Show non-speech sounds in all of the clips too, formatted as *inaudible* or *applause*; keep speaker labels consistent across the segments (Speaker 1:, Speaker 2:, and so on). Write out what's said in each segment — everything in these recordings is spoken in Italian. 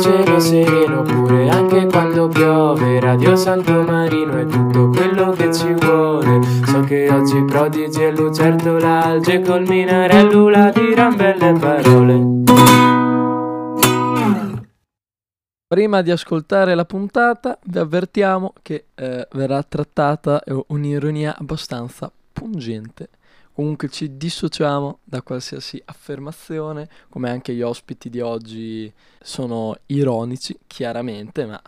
Speaker 1: cielo sereno pure anche quando piove Radio Santo Marino è tutto quello che ci vuole So che oggi prodigi e lucertola alge col minarellula diran belle parole
Speaker 2: Prima di ascoltare la puntata, vi avvertiamo che eh, verrà trattata eh, un'ironia abbastanza pungente. Comunque ci dissociamo da qualsiasi affermazione, come anche gli ospiti di oggi sono ironici, chiaramente, ma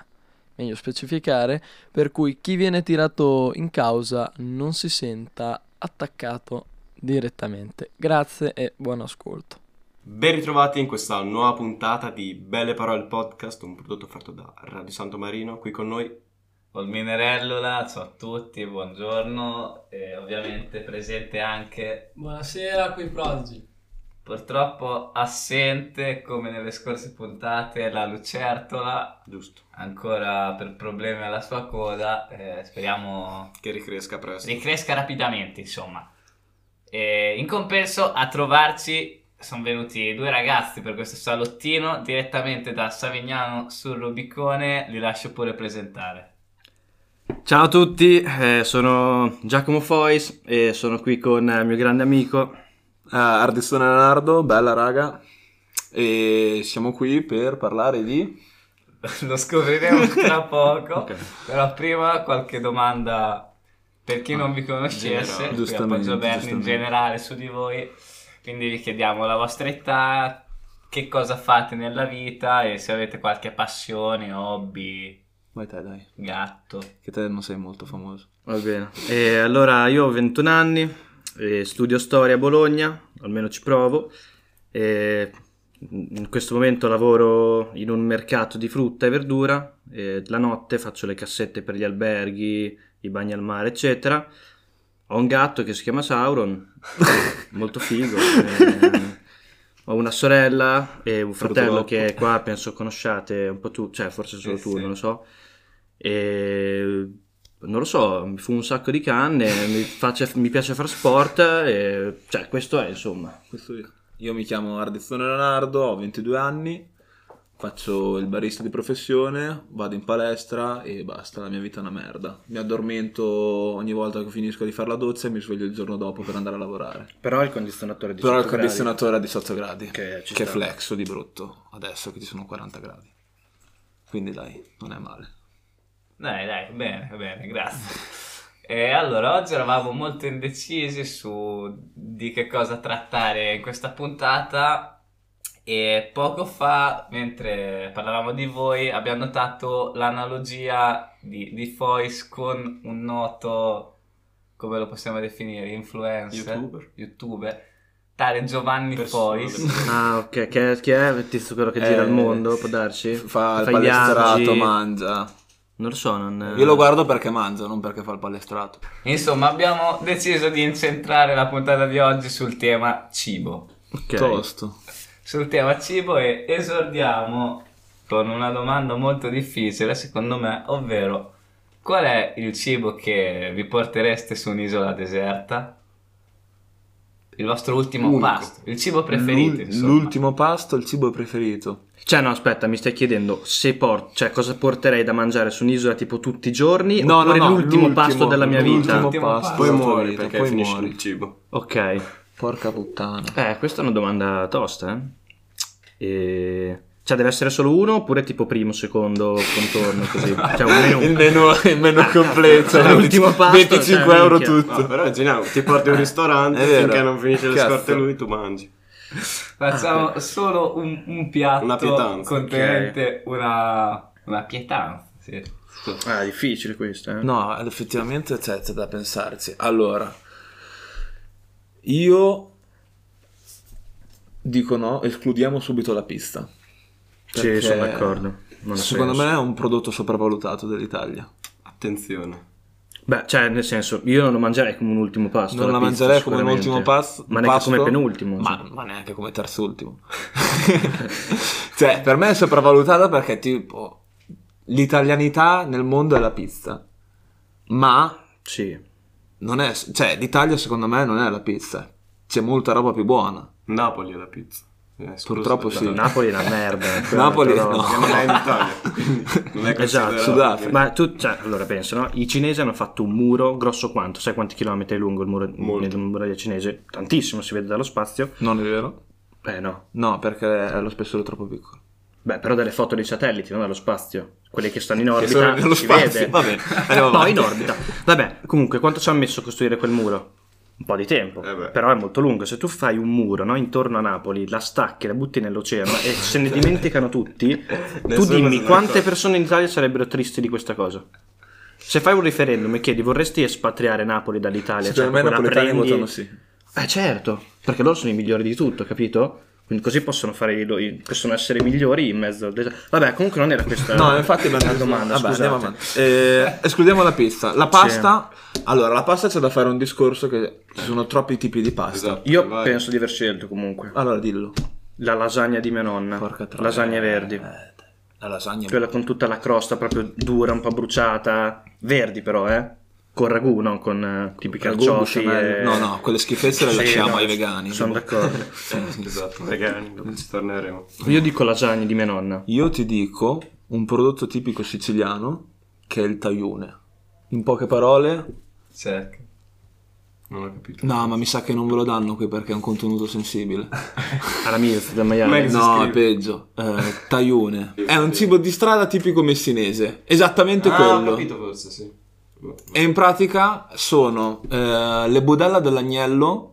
Speaker 2: meglio specificare, per cui chi viene tirato in causa non si senta attaccato direttamente. Grazie e buon ascolto.
Speaker 3: Ben ritrovati in questa nuova puntata di Belle Parole Podcast, un prodotto fatto da Radio Santo Marino. Qui con noi
Speaker 4: Col Minerellola, ciao a tutti, buongiorno e ovviamente presente anche
Speaker 5: Buonasera, qui Prodigy.
Speaker 4: purtroppo assente come nelle scorse puntate la lucertola,
Speaker 3: Giusto,
Speaker 4: ancora per problemi alla sua coda, eh, speriamo
Speaker 3: che ricresca presto.
Speaker 4: ricresca rapidamente insomma. E in compenso a trovarci sono venuti due ragazzi per questo salottino direttamente da Savignano sul Rubicone, li lascio pure presentare.
Speaker 6: Ciao a tutti, eh, sono Giacomo Fois e sono qui con eh, il mio grande amico.
Speaker 7: Ah, Ardissone Leonardo, bella raga. E siamo qui per parlare di...
Speaker 4: *laughs* Lo scopriremo tra poco.
Speaker 7: Ok.
Speaker 4: Però prima qualche domanda per chi non vi conoscesse, qui a
Speaker 7: Giustamente,
Speaker 4: Poggio Berni in
Speaker 7: giustamente.
Speaker 4: generale su di voi. Quindi vi chiediamo la vostra età, che cosa fate nella vita e se avete qualche passione, hobby,
Speaker 7: Vai te dai,
Speaker 4: gatto.
Speaker 7: che te non sei molto famoso.
Speaker 6: Va bene. E allora io ho 21 anni, e studio storia a Bologna, almeno ci provo. E in questo momento lavoro in un mercato di frutta e verdura. e la notte faccio le cassette per gli alberghi, i bagni al mare, eccetera. Ho un gatto che si chiama Sauron, molto figo. eh, ho una sorella e un fratello
Speaker 7: Purtroppo.
Speaker 6: che qua penso conosciate un po' tu, cioè forse solo
Speaker 4: Eh
Speaker 6: tu,
Speaker 4: sì.
Speaker 6: non lo so. E non lo so, mi fu un sacco di canne, mi, face- mi piace far sport, e, cioè questo è insomma.
Speaker 7: Questo io. Io mi chiamo Ardissone Leonardo, ho 22 anni, faccio il barista di professione, vado in palestra e basta, la mia vita è una merda. Mi addormento ogni volta che finisco di fare la doccia e mi sveglio il giorno dopo per andare a lavorare.
Speaker 6: Però il condizionatore di
Speaker 7: Però il condizionatore è a 18 gradi,
Speaker 6: Che ci
Speaker 7: che
Speaker 6: sta.
Speaker 7: flexo di brutto, adesso che ci sono 40 gradi. Quindi dai, non è male.
Speaker 4: Dai, dai, bene, bene, grazie. E allora, oggi eravamo molto indecisi su di che cosa trattare in questa puntata e poco fa, mentre parlavamo di voi, abbiamo notato l'analogia di, di Fois con un noto, come lo possiamo definire, influencer,
Speaker 7: YouTuber.
Speaker 4: YouTuber, tale Giovanni
Speaker 3: Persona del-
Speaker 4: Fois.
Speaker 6: Ah, ok, che, chi è il tizio quello che gira
Speaker 7: Eh,
Speaker 6: il mondo? Può darci?
Speaker 7: Fa il
Speaker 6: gli Eh.
Speaker 7: palestrato,
Speaker 6: viaggi?
Speaker 7: mangia.
Speaker 6: Non lo so, non.
Speaker 7: Io lo guardo perché mangia, non perché fa il palestrato.
Speaker 4: Insomma, abbiamo deciso di incentrare la puntata di oggi sul tema cibo.
Speaker 6: Ok.
Speaker 7: Tosto.
Speaker 4: sul tema cibo e esordiamo con una domanda molto difficile, secondo me, ovvero qual è il cibo che vi portereste su un'isola deserta? Il vostro ultimo
Speaker 3: Unico.
Speaker 4: pasto, il cibo preferito,
Speaker 7: L'ul-
Speaker 4: insomma.
Speaker 7: l'ultimo pasto, il cibo preferito.
Speaker 6: Cioè, no, aspetta, mi stai chiedendo se por- cioè, cosa porterei da mangiare su un'isola tipo tutti i giorni?
Speaker 7: No,
Speaker 6: oppure
Speaker 7: no, no,
Speaker 6: l'ultimo,
Speaker 7: l'ultimo,
Speaker 6: pasto della mia vita?
Speaker 7: L'ultimo
Speaker 4: L'ultimo
Speaker 7: pasto.
Speaker 4: pasto.
Speaker 3: Poi
Speaker 7: della tua
Speaker 3: muori
Speaker 7: vita,
Speaker 3: perché
Speaker 7: poi
Speaker 3: finisci
Speaker 7: muori.
Speaker 3: il cibo.
Speaker 6: Ok.
Speaker 7: Porca puttana.
Speaker 6: Eh, questa è una domanda tosta, eh. E- Cioè, deve essere solo uno oppure tipo primo, secondo, contorno,
Speaker 7: *laughs*
Speaker 6: così. Cioè, un
Speaker 7: Il
Speaker 6: menù.
Speaker 7: menu, il menu completo.
Speaker 6: Cioè, l'ultimo pasto,
Speaker 7: 25
Speaker 6: cioè,
Speaker 7: euro
Speaker 6: minchia.
Speaker 7: tutto.
Speaker 3: No, però immaginiamo, ti *laughs* porti a un ristorante
Speaker 7: È vero.
Speaker 3: finché non finisce le
Speaker 7: Cazzo.
Speaker 3: scorte lui, tu mangi.
Speaker 4: Facciamo
Speaker 3: *laughs*
Speaker 4: solo un, un piatto
Speaker 3: Una pietanza,
Speaker 4: contenente una, una pietanza, sì.
Speaker 6: Ah, è difficile questo, eh.
Speaker 7: No, effettivamente c'è, c'è da pensarci. Allora, io dico no, escludiamo subito la pista.
Speaker 6: sì,
Speaker 7: Perché
Speaker 6: sono d'accordo. Non ha
Speaker 7: Secondo
Speaker 6: senso.
Speaker 7: me è un prodotto sopravvalutato dell'Italia.
Speaker 3: Attenzione.
Speaker 6: Beh, cioè, nel senso, io non lo mangerei come un ultimo pasto.
Speaker 7: non la
Speaker 6: pizza,
Speaker 7: mangerei come un
Speaker 6: sicuramente.
Speaker 7: ultimo pasto.
Speaker 6: Ma neanche
Speaker 7: pasto,
Speaker 6: come penultimo.
Speaker 7: Ma,
Speaker 6: insomma.
Speaker 7: ma neanche come terzultimo. *laughs* cioè, per me è sopravvalutata perché tipo l'italianità nel mondo è la pizza. Ma
Speaker 6: Sì.
Speaker 7: non è, cioè, l'Italia secondo me non è la pizza. C'è molta roba più buona.
Speaker 3: Napoli è la pizza. Eh, scusa,
Speaker 7: Purtroppo
Speaker 3: da-
Speaker 7: sì.
Speaker 6: Napoli è
Speaker 7: *laughs*
Speaker 6: una merda. quella
Speaker 7: Napoli
Speaker 6: è una
Speaker 7: no. *laughs*
Speaker 3: Perché non è in Italia. Non è
Speaker 6: Esatto,
Speaker 3: considerato.
Speaker 7: Sudafrica.
Speaker 6: ma tu, cioè, allora penso, no? I cinesi hanno fatto un muro grosso quanto? Sai quanti chilometri è lungo il muro
Speaker 3: Molto.
Speaker 6: della muraglia cinese? Tantissimo, si vede dallo spazio.
Speaker 7: Non è vero?
Speaker 6: Beh, no.
Speaker 7: No, perché è lo spessore troppo piccolo.
Speaker 6: Beh, però dalle foto dei satelliti, non dallo spazio. Quelle che stanno in
Speaker 7: sono
Speaker 6: orbita,
Speaker 7: nello
Speaker 6: si
Speaker 7: spazio,
Speaker 6: vede.
Speaker 7: va
Speaker 6: *laughs*
Speaker 7: bene, andiamo
Speaker 6: no,
Speaker 7: avanti.
Speaker 6: in orbita. Vabbè, comunque, quanto ci hanno messo a costruire quel muro? Un po' di tempo,
Speaker 3: Eh beh.
Speaker 6: però è molto lungo. Se tu fai un muro no, intorno a Napoli, la stacchi, la butti nell'oceano e
Speaker 7: *laughs*
Speaker 6: se ne dimenticano tutti, tu
Speaker 3: Nessuno se
Speaker 6: dimmi
Speaker 3: ne
Speaker 6: quante
Speaker 3: accorge.
Speaker 6: persone in Italia sarebbero tristi di questa cosa. Se fai un referendum e chiedi vorresti espatriare Napoli dall'Italia?
Speaker 7: Secondo me i
Speaker 6: proprio la
Speaker 7: napoletani
Speaker 6: cioè, prendi-
Speaker 7: votano sì.
Speaker 6: eh certo, perché loro sono i migliori di tutto, capito? Quindi così possono, fare i lo- i- possono essere i migliori in mezzo al deserto. Vabbè, comunque non era questa
Speaker 7: No, infatti abbiamo
Speaker 6: la domanda.
Speaker 7: Vabbè,
Speaker 6: scusate.
Speaker 7: andiamo avanti. Eh, escludiamo la pizza. La pasta. Allora, la pasta c'è da fare un discorso che ci sono troppi tipi di pasta.
Speaker 3: Esatto,
Speaker 6: Io
Speaker 3: vai.
Speaker 6: penso di aver scelto comunque
Speaker 7: Allora, dillo.
Speaker 6: la lasagna di mia nonna,
Speaker 7: Ah. Porca troia.
Speaker 6: lasagne verdi,
Speaker 7: Eh, dai. la lasagna.
Speaker 6: quella con tutta la crosta proprio dura, un po' bruciata, verdi però, eh? Con ragù, non con eh, tipi
Speaker 7: Ragù,
Speaker 6: carciofi
Speaker 7: besciamella.
Speaker 6: e-
Speaker 7: No, no, quelle schifezze le
Speaker 6: Sì,
Speaker 7: lasciamo
Speaker 6: no,
Speaker 7: ai vegani.
Speaker 6: Sono d'accordo.
Speaker 7: *laughs* Sì, sì.
Speaker 3: Esatto, vegani, dopo ci torneremo.
Speaker 6: Io dico lasagne di mia nonna.
Speaker 7: Io ti dico un prodotto tipico siciliano che è il taglione. In poche parole,
Speaker 4: Certo.
Speaker 3: Non ho capito.
Speaker 7: no, ma mi sa che non ve lo danno qui perché è un contenuto *laughs* sensibile.
Speaker 6: Alla mia, del maiale.
Speaker 3: Meglio. si
Speaker 7: No,
Speaker 3: scrive?
Speaker 7: è peggio. Eh, taglione. È un cibo di strada tipico messinese. Esattamente
Speaker 3: Ah, ho
Speaker 7: quello.
Speaker 3: capito forse, sì. Boh,
Speaker 7: E in pratica sono eh, le budella dell'agnello,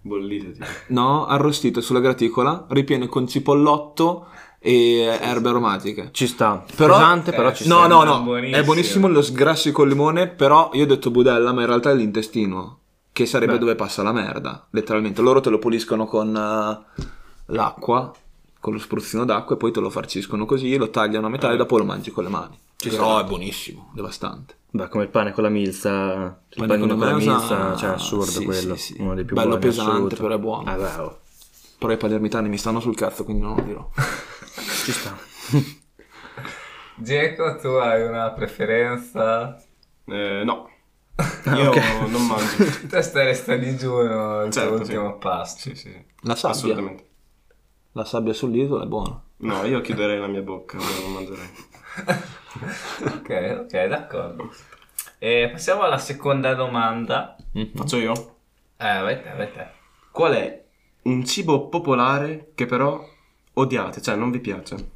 Speaker 3: Bollite, tipo.
Speaker 7: no, arrostite sulla graticola, ripiene con cipollotto e erbe aromatiche.
Speaker 6: Ci sta.
Speaker 7: Però-
Speaker 6: Pesante, però
Speaker 4: Eh,
Speaker 6: ci
Speaker 7: No,
Speaker 6: sta.
Speaker 7: no, no,
Speaker 4: Buonissimo.
Speaker 7: è buonissimo lo sgrassi col limone, però io ho detto budella, ma in realtà è l'intestino, che sarebbe
Speaker 6: Beh.
Speaker 7: dove passa la merda, letteralmente. Loro te lo puliscono con eh, l'acqua, con lo spruzzino d'acqua e poi te lo farciscono così, lo tagliano a metà e dopo lo mangi con le mani. però è buonissimo, devastante.
Speaker 6: Beh, come il pane con la milza, il
Speaker 7: Pane
Speaker 6: panino
Speaker 7: con
Speaker 6: con
Speaker 7: la
Speaker 6: la
Speaker 7: milza,
Speaker 6: milza, cioè assurdo
Speaker 7: sì,
Speaker 6: quello,
Speaker 7: sì, sì.
Speaker 6: uno dei più
Speaker 7: Bello
Speaker 6: buoni
Speaker 7: pesante,
Speaker 6: assoluto.
Speaker 7: però è buono.
Speaker 6: Ah, beh, oh,
Speaker 7: Però i palermitani mi stanno sul cazzo, quindi non lo dirò.
Speaker 6: ci sta.
Speaker 4: Geco, tu hai una preferenza?
Speaker 3: Eh, no. Io
Speaker 6: ok.
Speaker 3: non mangio.
Speaker 4: Te stai resta digiuno il tuo
Speaker 3: Certo,
Speaker 4: ultimo
Speaker 3: sì.
Speaker 4: pasto.
Speaker 3: Sì, sì.
Speaker 7: La sabbia.
Speaker 3: Assolutamente.
Speaker 7: La sabbia sull'isola è buona.
Speaker 3: No, io chiuderei la mia bocca, ma non mangerei.
Speaker 4: Ok, ok, d'accordo. E passiamo alla seconda domanda.
Speaker 3: Faccio io?
Speaker 4: Eh, vai te, vai te.
Speaker 3: Qual è un cibo popolare che però odiate, cioè non vi piace?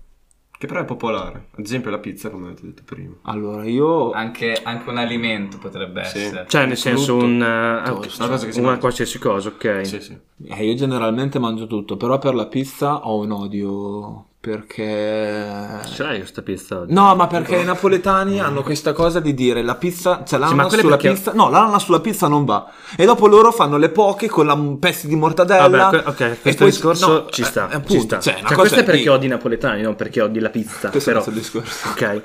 Speaker 3: Che però è popolare. Ad esempio la pizza, come avete detto prima.
Speaker 7: Allora, io...
Speaker 4: Anche, anche un alimento potrebbe
Speaker 3: Sì.
Speaker 4: essere.
Speaker 6: Cioè, nel senso,
Speaker 7: Frutto.
Speaker 6: un, eh,
Speaker 7: Tosto.
Speaker 3: Una cosa che si
Speaker 6: una
Speaker 3: mangia.
Speaker 6: qualsiasi cosa, ok.
Speaker 3: Sì, sì.
Speaker 7: Eh, io generalmente mangio tutto, però per la pizza ho un odio perché...
Speaker 6: Ce l'hai questa pizza oggi?
Speaker 7: No, ma perché i
Speaker 6: *laughs*
Speaker 7: napoletani hanno questa cosa di dire la pizza, cioè
Speaker 6: ma
Speaker 7: l'ananas
Speaker 6: quelle
Speaker 7: sulla
Speaker 6: perché-
Speaker 7: pizza, no, l'ananas sulla pizza non va. E dopo loro fanno le poche con la, un pezzo di mortadella.
Speaker 6: Vabbè, Ah, que- ok,
Speaker 7: e
Speaker 6: questo
Speaker 7: poi-
Speaker 6: discorso
Speaker 7: no,
Speaker 6: ci
Speaker 7: eh,
Speaker 6: sta,
Speaker 7: appunto,
Speaker 6: ci sta.
Speaker 7: cioè,
Speaker 6: Cioè,
Speaker 7: una cosa
Speaker 6: questo è perché
Speaker 7: di-
Speaker 6: odi i napoletani, non perché odi la pizza,
Speaker 7: Questo è
Speaker 6: però...
Speaker 7: il nostro
Speaker 6: *laughs*
Speaker 7: discorso.
Speaker 6: Ok.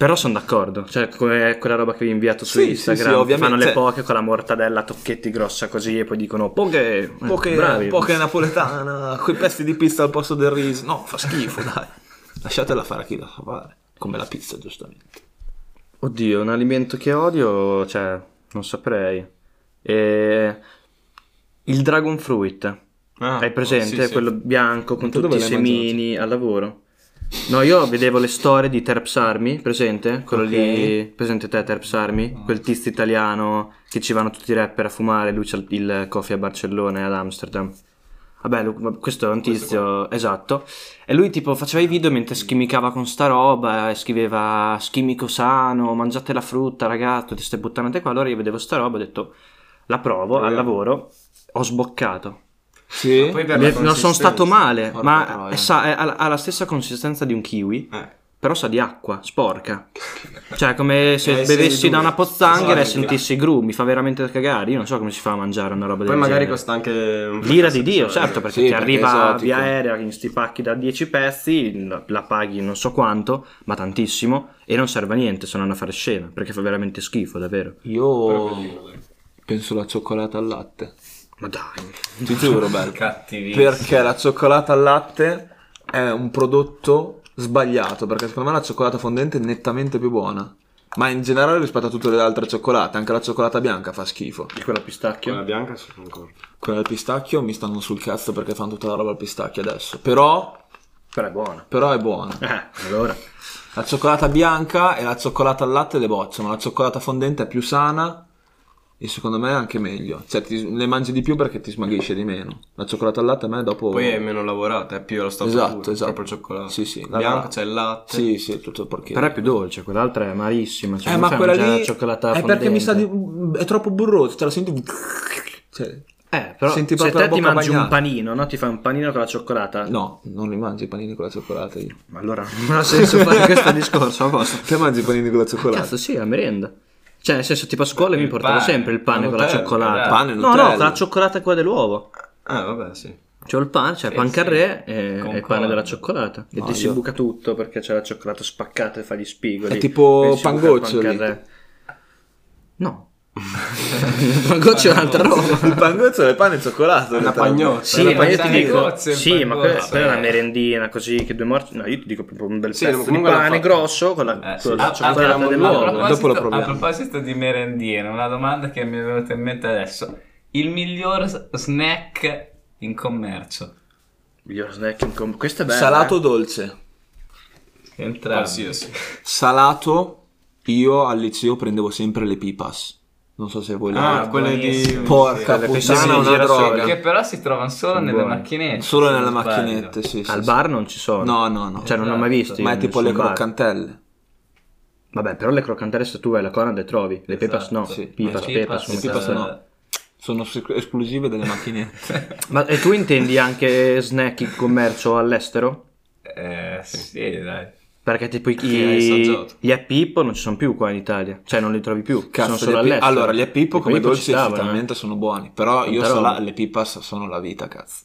Speaker 6: Però sono d'accordo, cioè come quella roba che vi ho inviato su
Speaker 7: Sì, sì,
Speaker 6: Instagram,
Speaker 7: sì,
Speaker 6: che
Speaker 7: ovviamente,
Speaker 6: fanno le
Speaker 7: cioè-
Speaker 6: poche con la mortadella a tocchetti grossa così e poi dicono poche, eh,
Speaker 7: Poche,
Speaker 6: bravi.
Speaker 7: poche napoletana, quei pezzi di pizza al posto del riso. No, fa schifo, dai. Lasciatela fare a chi la fa fare. Come la pizza, giustamente.
Speaker 6: Oddio, un alimento che odio, cioè, non saprei. E... Il dragon fruit.
Speaker 3: Ah,
Speaker 6: Hai presente?
Speaker 3: sì, sì.
Speaker 6: Quello bianco con
Speaker 7: Tu
Speaker 6: tutti
Speaker 7: dove
Speaker 6: i
Speaker 7: l'hai mangiato?
Speaker 6: semini al lavoro. No, io vedevo le storie di Terps Army, presente? Quello
Speaker 7: Ok. Ah.
Speaker 6: lì, presente te Terps Army? Quel tizio italiano che ci vanno tutti i rapper a fumare, lui c'ha il- il coffee a Barcellona e ad Amsterdam. Vabbè, lu- questo è un tizio, esatto. E lui tipo faceva i video mentre schimicava con sta roba e scriveva schimico sano, mangiate la frutta ragazzo, tutte ste puttanate qua. Allora io vedevo sta roba e ho detto la provo al lavoro, ho sboccato.
Speaker 7: Sì.
Speaker 3: Poi per la
Speaker 6: Mi- Non sono
Speaker 3: consistenza.
Speaker 6: stato male,
Speaker 7: Porca
Speaker 6: ma
Speaker 7: troia.
Speaker 6: è sa- è- ha ha la stessa consistenza di un kiwi,
Speaker 3: Eh.
Speaker 6: però sa di acqua, sporca. Cioè, come se
Speaker 3: Eh, sì, Esatto.
Speaker 6: bevessi
Speaker 3: due.
Speaker 6: da una pozzanghera e
Speaker 3: Sì,
Speaker 6: sentissi gru, mi fa veramente cagare. Io non so come si fa a mangiare una roba
Speaker 3: Poi
Speaker 6: del
Speaker 3: magari
Speaker 6: genere.
Speaker 3: costa anche un
Speaker 6: L'ira di Dio, certo, perché
Speaker 7: Sì,
Speaker 6: ti
Speaker 7: perché
Speaker 6: arriva
Speaker 7: è esotico.
Speaker 6: via aerea in sti pacchi da 10 pezzi, la, la paghi non so quanto, ma tantissimo, e non serve a niente se non a fare scena, perché fa veramente schifo, davvero.
Speaker 7: Io penso la cioccolata al latte.
Speaker 6: Ma dai,
Speaker 7: Ti giuro, bello.
Speaker 4: Cattivissimo.
Speaker 7: Perché la cioccolata al latte è un prodotto sbagliato, perché secondo me la cioccolata fondente è nettamente più buona. Ma in generale rispetto a tutte le altre cioccolate, anche la cioccolata bianca fa schifo.
Speaker 6: E quella
Speaker 3: Quella
Speaker 6: pistacchio.
Speaker 3: bianca sono ancora.
Speaker 7: Quella al pistacchio mi stanno sul cazzo perché fanno tutta la roba al pistacchio adesso. Però,
Speaker 6: Quella è buona.
Speaker 7: però è buona.
Speaker 6: Eh, allora.
Speaker 7: La cioccolata bianca e la cioccolata al latte le bocciano, la cioccolata fondente è più sana e secondo me è anche meglio. Cioè, ti- le mangi di più perché ti smagrisce di meno. La cioccolata al latte a me dopo...
Speaker 3: Poi è meno lavorata, è più lo stato
Speaker 7: Esatto,
Speaker 3: puro,
Speaker 7: esatto.
Speaker 3: proprio il cioccolato.
Speaker 7: Sì, sì. La-
Speaker 3: Bianca c'è il latte.
Speaker 7: Sì, sì, tutto perché...
Speaker 6: Però è più dolce, quell'altra è amarissima. Cioè
Speaker 7: eh,
Speaker 6: non
Speaker 7: ma
Speaker 6: fai
Speaker 7: quella
Speaker 6: mangiare
Speaker 7: lì
Speaker 6: la cioccolata
Speaker 7: è perché
Speaker 6: fondente.
Speaker 7: mi sa di... è troppo burroso, te la senti... Cioè,
Speaker 6: Eh, però
Speaker 7: Senti
Speaker 6: se
Speaker 7: proprio
Speaker 6: te
Speaker 7: la
Speaker 6: ti
Speaker 7: bocca
Speaker 6: mangi un
Speaker 7: bagnata.
Speaker 6: panino, no? Ti fai un panino con la cioccolata.
Speaker 7: no, non li mangi i panini con la cioccolata io.
Speaker 6: Ma allora *laughs* non ha senso fare questo discorso, a posto.
Speaker 7: Te mangi i panini con la cioccolata?
Speaker 6: Cazzo, sì, la merenda. Cioè, nel senso, tipo a scuola mi portavo
Speaker 4: pane,
Speaker 6: sempre il pane
Speaker 3: la
Speaker 6: con la
Speaker 3: Nutella,
Speaker 6: cioccolata.
Speaker 4: eh.
Speaker 7: Pane,
Speaker 6: no,
Speaker 7: Nutella.
Speaker 6: no, con la cioccolata e quella dell'uovo.
Speaker 3: Ah, vabbè, sì.
Speaker 6: C'ho il pane, c'è
Speaker 4: Sì,
Speaker 6: pan
Speaker 4: sì.
Speaker 6: carré e, e il pane
Speaker 4: Concordo.
Speaker 6: della cioccolata. E
Speaker 7: No,
Speaker 6: ti si
Speaker 7: io-
Speaker 6: buca tutto perché c'è la cioccolata spaccata e fa gli spigoli.
Speaker 7: È tipo
Speaker 6: Invece si buca il
Speaker 7: pangoccioli.
Speaker 6: pan carré. No. Il pangoccio è un'altra roba.
Speaker 7: Il pangozzo è pane e cioccolata.
Speaker 3: Una pagnotta.
Speaker 6: Sì,
Speaker 4: Sì,
Speaker 6: ma io
Speaker 4: ma
Speaker 6: ti
Speaker 4: sai
Speaker 6: dico,
Speaker 4: le gozze, il
Speaker 6: sì, ma quella,
Speaker 4: pangoccio,
Speaker 6: quella è una
Speaker 4: eh.
Speaker 6: merendina così che due morti. No, io ti dico proprio un bel
Speaker 3: Sì,
Speaker 6: pezzo di
Speaker 3: comunque l'ho
Speaker 6: pane
Speaker 3: fatto.
Speaker 6: grosso con la,
Speaker 4: Eh, sì.
Speaker 6: con la
Speaker 4: Ah,
Speaker 6: cioccolata
Speaker 4: ah,
Speaker 6: dell'uovo.
Speaker 4: a
Speaker 7: dopo lo
Speaker 4: proposito-
Speaker 7: proviamo.
Speaker 4: A proposito di merendine, una domanda che mi è venuta in mente adesso. Il miglior s- snack in commercio?
Speaker 6: Miglior snack in combo. Questo è bello.
Speaker 7: Salato o
Speaker 6: eh.
Speaker 7: dolce?
Speaker 4: Entrambi.
Speaker 3: Qualsiasi.
Speaker 7: Salato, io al liceo prendevo sempre le pipas. Non so se voi le
Speaker 3: Ah,
Speaker 7: avete.
Speaker 3: quelle di...
Speaker 7: Porca
Speaker 6: quelle
Speaker 7: puttana,
Speaker 6: pensavo
Speaker 7: una
Speaker 6: di girasole.
Speaker 7: droga.
Speaker 4: Che però si trovano solo
Speaker 6: Sono
Speaker 4: nelle
Speaker 6: buone.
Speaker 4: macchinette.
Speaker 7: Solo
Speaker 4: se
Speaker 7: nelle
Speaker 4: non
Speaker 7: macchinette,
Speaker 4: sbaglio.
Speaker 7: sì, sì.
Speaker 6: Al
Speaker 7: sì.
Speaker 6: bar non ci sono.
Speaker 7: No, no, no.
Speaker 6: Cioè, non ho mai visto.
Speaker 7: Ma è
Speaker 6: io
Speaker 7: tipo le
Speaker 6: nessun bar.
Speaker 7: croccantelle.
Speaker 6: Vabbè, però le croccantelle se tu vai alla Conad le trovi, le pepas no,
Speaker 4: Esatto.
Speaker 7: sì.
Speaker 6: pipas,
Speaker 4: Le pipas,
Speaker 6: pepas, sono
Speaker 7: pipas
Speaker 6: cose-
Speaker 7: no. Sono sec- esclusive delle macchinette.
Speaker 6: Ma e tu intendi anche snack in commercio all'estero?
Speaker 4: Eh, sì, dai.
Speaker 6: Perché tipo i,
Speaker 3: Sì, hai assaggiato.
Speaker 6: gli a Pippo non ci sono più qua in Italia, cioè non li trovi più, sono
Speaker 7: Cazzo,
Speaker 6: solo
Speaker 7: gli api-
Speaker 6: all'estero.
Speaker 7: allora gli apippo
Speaker 6: Gli
Speaker 7: come
Speaker 6: Pippo ci
Speaker 7: dolci
Speaker 6: stavano, eh.
Speaker 7: effettivamente sono buoni, però io
Speaker 6: Tanta
Speaker 7: so
Speaker 6: roba.
Speaker 7: la- le pipas sono la vita, cazzo.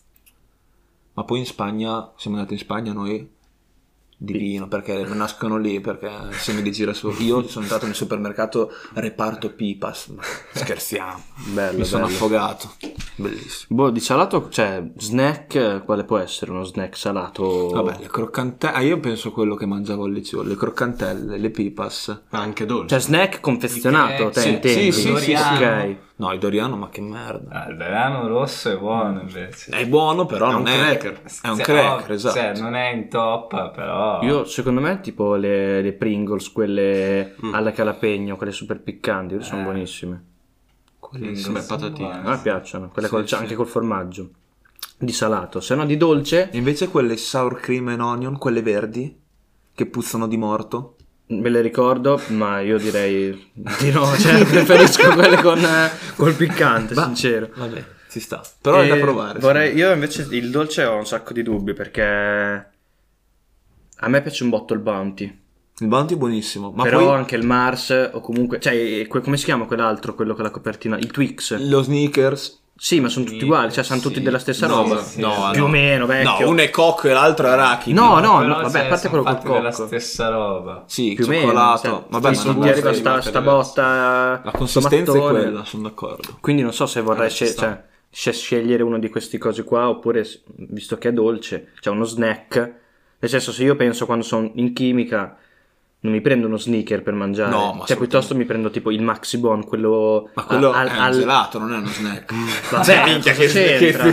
Speaker 7: Ma poi in Spagna, siamo andati in Spagna noi divino perché nascono lì perché semi di girasole. Io sono entrato nel supermercato reparto pipas. Ma Scherziamo.
Speaker 6: eh. Bello,
Speaker 7: Mi sono
Speaker 6: bello.
Speaker 7: affogato. Bellissimo.
Speaker 6: Boh, di salato, cioè snack, eh, quale può essere uno snack salato?
Speaker 7: Vabbè, le croccantelle. Ah, io penso quello che mangiavo al liceo, le croccantelle, le pipas.
Speaker 3: Ma anche dolce.
Speaker 6: Cioè snack confezionato,
Speaker 4: Eh,
Speaker 6: te
Speaker 4: sì,
Speaker 6: intendi?
Speaker 7: sì, sì, sì,
Speaker 6: ok.
Speaker 7: No, il Doriano, ma che merda.
Speaker 4: Ah, il verano rosso è buono invece.
Speaker 7: È buono, però
Speaker 3: È
Speaker 7: non
Speaker 3: un
Speaker 7: è
Speaker 3: cracker.
Speaker 7: È un
Speaker 4: Cioè,
Speaker 7: cracker,
Speaker 4: oh,
Speaker 7: esatto.
Speaker 4: Cioè, non è in top, però...
Speaker 6: Io secondo me tipo le, le Pringles, quelle alla calapegno, quelle super piccanti, quelle sono
Speaker 4: Eh.
Speaker 6: buonissime.
Speaker 7: Mm,
Speaker 3: Insomma, è patatine.
Speaker 6: A me piacciono, quelle
Speaker 3: Sì,
Speaker 6: col-
Speaker 3: sì.
Speaker 6: anche col formaggio. Di salato, se no di dolce
Speaker 7: E Invece quelle sour cream and onion, quelle verdi, che puzzano di morto.
Speaker 6: me le ricordo, ma io direi di no, cioè *laughs* preferisco quelle con eh, *laughs* col piccante, sincero.
Speaker 7: Vabbè, si sta. Però è
Speaker 6: E
Speaker 7: da provare.
Speaker 6: Eh, vorrei-
Speaker 7: sì.
Speaker 6: io invece il dolce ho un sacco di dubbi perché a me piace un botto il Bounty,
Speaker 7: Il bounty è buonissimo, ma
Speaker 6: però
Speaker 7: poi
Speaker 6: anche il Mars o comunque, cioè que- come si chiama quell'altro, quello con la copertina, il Twix.
Speaker 7: lo sneakers...
Speaker 6: Sì, ma sono tutti uguali, cioè sono tutti
Speaker 4: Sì.
Speaker 6: della stessa
Speaker 4: No,
Speaker 6: roba.
Speaker 4: sì, no,
Speaker 6: più o meno, vecchio.
Speaker 7: No, uno è cocco e l'altro è arachidi.
Speaker 6: No, no,
Speaker 4: Però,
Speaker 6: no, vabbè,
Speaker 4: cioè,
Speaker 6: a parte
Speaker 4: sono
Speaker 6: quello col
Speaker 4: fatti della
Speaker 6: cocco.
Speaker 4: stessa roba.
Speaker 7: Sì,
Speaker 6: Più o meno,
Speaker 7: cioccolato.
Speaker 6: cioè,
Speaker 7: Vabbè, ma
Speaker 6: sì, sì,
Speaker 7: non
Speaker 6: ti
Speaker 7: è-
Speaker 6: arriva sta, sta botta
Speaker 7: La consistenza è
Speaker 6: tomattone.
Speaker 7: quella, sono d'accordo.
Speaker 6: Quindi non so se vorrei
Speaker 7: Eh, ci
Speaker 6: sce-
Speaker 7: sta.
Speaker 6: cioè, sce- scegliere uno di questi cose qua oppure, s- visto che è dolce, cioè uno snack. Nel senso, se io penso quando sono in chimica, non mi prendo uno sneaker per mangiare.
Speaker 7: No, ma
Speaker 6: cioè,
Speaker 7: assolutamente.
Speaker 6: piuttosto mi prendo tipo il Maxi Bon, quello...
Speaker 7: Ma quello
Speaker 6: al-
Speaker 7: è un
Speaker 6: al- Mm.
Speaker 7: gelato, non è uno
Speaker 6: *laughs*
Speaker 7: snack.
Speaker 6: Vabbè, minchia, che c'entra?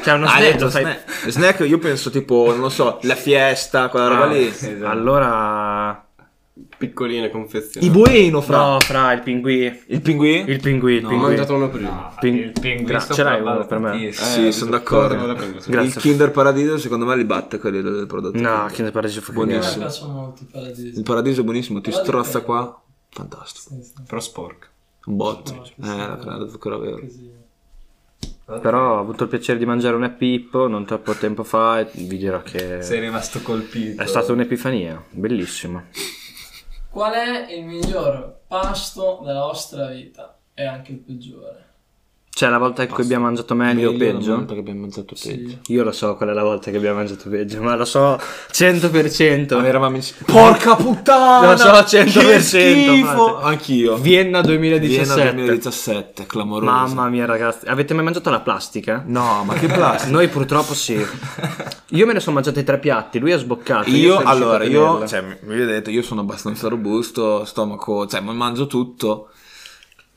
Speaker 6: C'è uno
Speaker 7: Ha
Speaker 6: snack,
Speaker 7: detto
Speaker 6: lo fai-
Speaker 7: snack. Snack, io penso tipo, non lo so, la fiesta, quella roba
Speaker 4: Ah,
Speaker 7: lì.
Speaker 4: esatto.
Speaker 6: Allora...
Speaker 3: Piccoline
Speaker 7: I
Speaker 3: confezionate.
Speaker 7: bueno, fra.
Speaker 6: No, fra il pinguì.
Speaker 7: Il pinguì?
Speaker 6: Il pinguì, il
Speaker 3: Ho
Speaker 6: pinguì.
Speaker 3: mangiato uno prima.
Speaker 6: Pin-
Speaker 4: Il pinguino
Speaker 6: Gra- ce l'hai uno per me?
Speaker 4: sopravvalutissimo.
Speaker 7: Sì,
Speaker 3: Eh,
Speaker 7: sono d'accordo.
Speaker 3: guarda, guarda, guarda.
Speaker 6: Grazie.
Speaker 7: Il Kinder Paradiso secondo me li batte quelli del del prodotto.
Speaker 6: No, che ne paradiso fa
Speaker 5: A
Speaker 7: Buonissimo.
Speaker 5: me
Speaker 6: cagare.
Speaker 5: piacciono molto i paradisi.
Speaker 7: Il paradiso è buonissimo, ti strozza qua. Fantastico.
Speaker 5: Sì, sì.
Speaker 3: Però sporca.
Speaker 7: Un botto.
Speaker 5: No, sì,
Speaker 7: eh,
Speaker 5: sì.
Speaker 7: la crema zucchero vero.
Speaker 5: Così.
Speaker 6: Però ho avuto il piacere di mangiare un Pippo non troppo tempo fa e vi dirò che
Speaker 4: Sei rimasto colpito. Ah,
Speaker 6: è stata un'epifania, bellissima.
Speaker 5: Qual è il miglior pasto della vostra vita? E anche il peggiore.
Speaker 6: C'è Cioè, la volta in cui
Speaker 7: Basta.
Speaker 6: abbiamo mangiato meglio o peggio?
Speaker 7: Perché abbiamo mangiato peggio.
Speaker 6: Io lo so qual è la volta che abbiamo mangiato peggio, ma lo so 100%.
Speaker 7: Ma eravamo insieme. Porca puttana!
Speaker 6: Lo so, 100%,
Speaker 7: Ah, Che schifo!
Speaker 6: fate.
Speaker 7: Anch'io.
Speaker 6: Vienna 2017.
Speaker 7: Vienna 2017, clamoroso.
Speaker 6: Mamma mia ragazzi, avete mai mangiato la plastica?
Speaker 7: No, ma che
Speaker 6: *laughs*
Speaker 7: plastica.
Speaker 6: Noi purtroppo sì. Io me ne sono mangiati tre piatti, lui ha sboccato.
Speaker 7: Io,
Speaker 6: sono riuscito
Speaker 7: allora,
Speaker 6: a
Speaker 7: io,
Speaker 6: tenerla.
Speaker 7: cioè, mi mi vedete, io sono abbastanza robusto, stomaco, cioè, ma mangio tutto.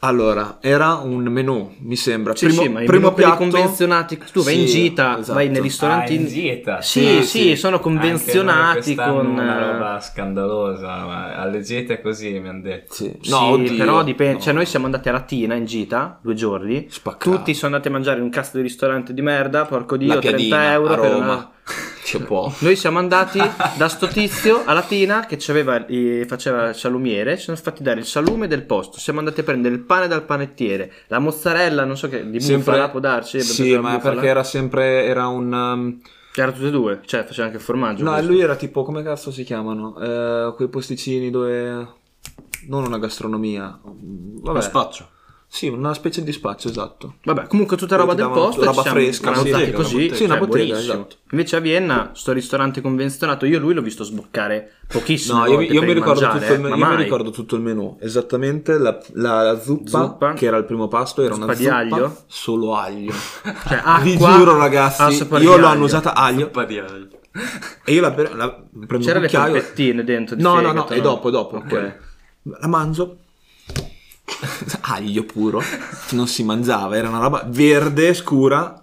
Speaker 7: Allora, era un menù, mi sembra.
Speaker 6: Sì,
Speaker 7: primo
Speaker 6: sì, ma i
Speaker 7: primo
Speaker 6: menù quelli
Speaker 7: piatto
Speaker 6: convenzionati, tu vai in
Speaker 7: Sì,
Speaker 6: gita,
Speaker 7: esatto.
Speaker 6: vai nei
Speaker 4: Ah, in
Speaker 6: ristoranti.
Speaker 4: gita.
Speaker 6: Sì, sì, sono
Speaker 4: Anche noi
Speaker 6: convenzionati
Speaker 4: quest'anno
Speaker 6: con
Speaker 4: una
Speaker 6: eh,
Speaker 4: roba scandalosa, ma alle gite è così mi hanno detto.
Speaker 7: Sì.
Speaker 6: Sì,
Speaker 7: No, oddio,
Speaker 6: però dipende.
Speaker 7: no.
Speaker 6: Cioè, noi siamo andati a Latina in gita due giorni.
Speaker 7: Spaccato.
Speaker 6: Tutti sono andati a mangiare in un cazzo di ristorante di merda. Porco dio,
Speaker 7: La piadina,
Speaker 6: 30 euro
Speaker 7: a
Speaker 6: per
Speaker 7: Roma.
Speaker 6: una-
Speaker 7: *laughs* Che può.
Speaker 6: *laughs* Noi siamo andati da sto tizio a Latina che ci aveva- eh, faceva il salumiere. Ci sono fatti dare il salume del posto. Siamo andati a prendere il pane dal panettiere, la mozzarella, non so che di bufala può darci. abbiamo
Speaker 7: Sì,
Speaker 6: preso la
Speaker 7: ma
Speaker 6: bufala.
Speaker 7: perché era sempre era un um,
Speaker 6: Era tutte e due, cioè faceva anche il formaggio.
Speaker 7: No,
Speaker 6: questo.
Speaker 7: lui era tipo come cazzo si chiamano? Eh, quei posticini dove non una gastronomia. mm, Vabbè.
Speaker 3: Lo spaccio.
Speaker 7: Sì, una specie di spaccio, esatto.
Speaker 6: Vabbè, comunque tutta roba
Speaker 7: Ti
Speaker 6: del
Speaker 7: davano
Speaker 6: posto.
Speaker 7: roba
Speaker 6: e ci siamo
Speaker 7: fresca, una
Speaker 6: pranzati
Speaker 7: bottega,
Speaker 6: così.
Speaker 7: una bottega. Sì, una
Speaker 6: cioè,
Speaker 7: bottega,
Speaker 6: buonissimo.
Speaker 7: esatto.
Speaker 6: Invece a Vienna, sto ristorante convenzionato, io lui l'ho visto sboccare pochissimo.
Speaker 7: No, io, mi- io mi, ricordo tutto il, me- io mi ricordo tutto il menù, esattamente la, la- la zuppa,
Speaker 6: Zuppa.
Speaker 7: che era il primo pasto, era una
Speaker 6: Zuppa di
Speaker 7: zuppa
Speaker 6: aglio.
Speaker 7: solo aglio.
Speaker 6: Cioè, acqua,
Speaker 7: Vi giuro ragazzi,
Speaker 6: assapore
Speaker 7: io
Speaker 6: di
Speaker 7: l'ho
Speaker 6: aglio.
Speaker 7: annusata aglio e io la, pre- la prendo
Speaker 6: C'era
Speaker 7: un
Speaker 6: le
Speaker 7: cucchiaio.
Speaker 6: polpettine dentro di
Speaker 7: No,
Speaker 6: fegato,
Speaker 7: no, no, e
Speaker 6: no?
Speaker 7: dopo, dopo.
Speaker 6: Ok.
Speaker 7: quello. La mangio. *laughs* Aglio puro. Non si mangiava, era una roba verde, scura.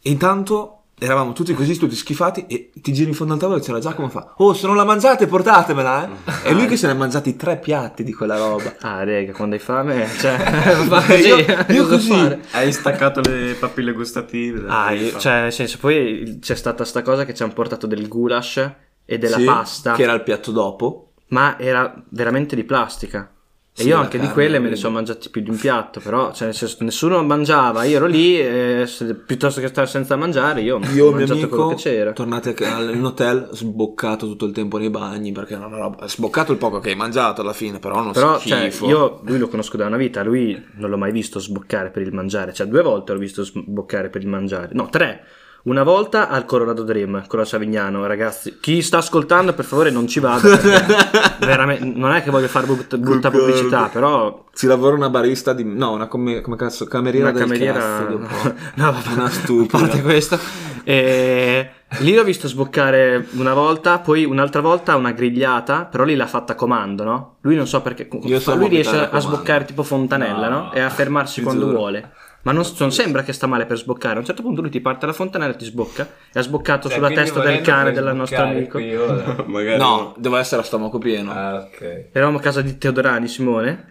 Speaker 7: E intanto eravamo tutti così, tutti schifati. E ti giri in fondo al tavolo e c'era Giacomo e fa: Oh, se non la mangiate,
Speaker 6: Mm.
Speaker 7: portatemela, eh. E lui che se ne è mangiati tre piatti di quella roba.
Speaker 6: Ah, rega, quando
Speaker 7: *laughs*
Speaker 6: hai fame, cioè, fa *laughs* così. eh,
Speaker 7: Io- io
Speaker 6: cosa
Speaker 7: così.
Speaker 6: fare?
Speaker 3: Hai staccato le papille gustative. dai,
Speaker 6: Ah,
Speaker 3: devi
Speaker 6: io-
Speaker 3: fare.
Speaker 6: cioè, nel senso, poi c'è stata sta cosa che ci hanno portato del goulash e della
Speaker 7: Sì,
Speaker 6: pasta,
Speaker 7: Che era il piatto dopo.
Speaker 6: ma era veramente di plastica. E
Speaker 7: Sì,
Speaker 6: io
Speaker 7: la
Speaker 6: anche di
Speaker 7: carne,
Speaker 6: quelle me ne
Speaker 7: quindi.
Speaker 6: sono mangiati più di un piatto, però, cioè, nel senso, nessuno mangiava, io ero lì, e se- piuttosto che stare senza mangiare,
Speaker 7: Io
Speaker 6: io, ho
Speaker 7: e mio
Speaker 6: mangiato quello
Speaker 7: amico
Speaker 6: che c'era.
Speaker 7: tornate al- in hotel sboccato tutto il tempo nei bagni perché era una roba sboccato il poco che hai mangiato alla fine però non
Speaker 6: Però cioè,
Speaker 7: schifo.
Speaker 6: io lui lo conosco da una vita, lui non l'ho mai visto sboccare per il mangiare, cioè due volte l'ho visto sboccare per il mangiare, no tre, una volta al Colorado Dream con la Savignano, ragazzi, chi sta ascoltando per favore non ci vada,
Speaker 7: *laughs*
Speaker 6: perché veramente, non è che voglio fare brutta, brutta
Speaker 7: Concordo.
Speaker 6: pubblicità, però
Speaker 7: Ci lavora una barista di... No, una come, come cazzo... Cameriera
Speaker 6: una
Speaker 7: del
Speaker 6: cameriera...
Speaker 7: cazzo, di un po'.
Speaker 6: *laughs* no, vabbè,
Speaker 7: Una stupida.
Speaker 6: A parte questo, eh, lì l'ho visto sboccare una volta, poi un'altra volta una grigliata, però lì l'ha fatta a comando, no? Lui non so perché...
Speaker 7: Io so
Speaker 6: lui riesce
Speaker 7: vomitare a
Speaker 6: a
Speaker 7: comando.
Speaker 6: sboccare tipo fontanella, no?
Speaker 4: No,
Speaker 6: E a fermarsi
Speaker 7: ti
Speaker 6: quando
Speaker 7: giuro.
Speaker 6: vuole. Ma non, non sembra che sta male per sboccare. A un certo punto lui ti parte la fontanella e ti sbocca. E ha sboccato
Speaker 4: Cioè,
Speaker 6: sulla
Speaker 4: quindi
Speaker 6: testa del
Speaker 4: volendo
Speaker 6: cane
Speaker 4: puoi
Speaker 6: del nostro
Speaker 4: sboccare
Speaker 6: amico.
Speaker 3: *laughs*
Speaker 4: qui ora.
Speaker 3: Magari
Speaker 7: No, deve essere a stomaco pieno.
Speaker 4: Ah, ok.
Speaker 6: Eravamo a casa di Teodorani, Simone.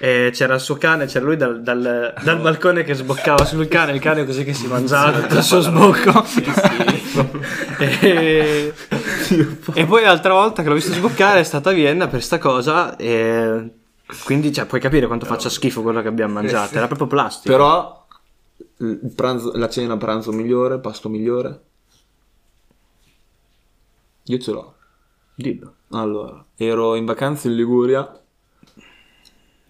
Speaker 6: E c'era il suo cane, c'era lui dal, dal- dal balcone che sboccava sul cane, il cane così che si mangiava tutto il suo sbocco. *laughs* e, e poi l'altra volta che l'ho visto sboccare è stata a Vienna per sta cosa. E quindi cioè, puoi capire quanto faccia schifo quello che abbiamo mangiato. Era proprio plastica.
Speaker 7: Però il pranzo- la cena pranzo migliore, pasto migliore. Io ce l'ho.
Speaker 6: Dillo.
Speaker 7: Allora, ero in vacanza in Liguria.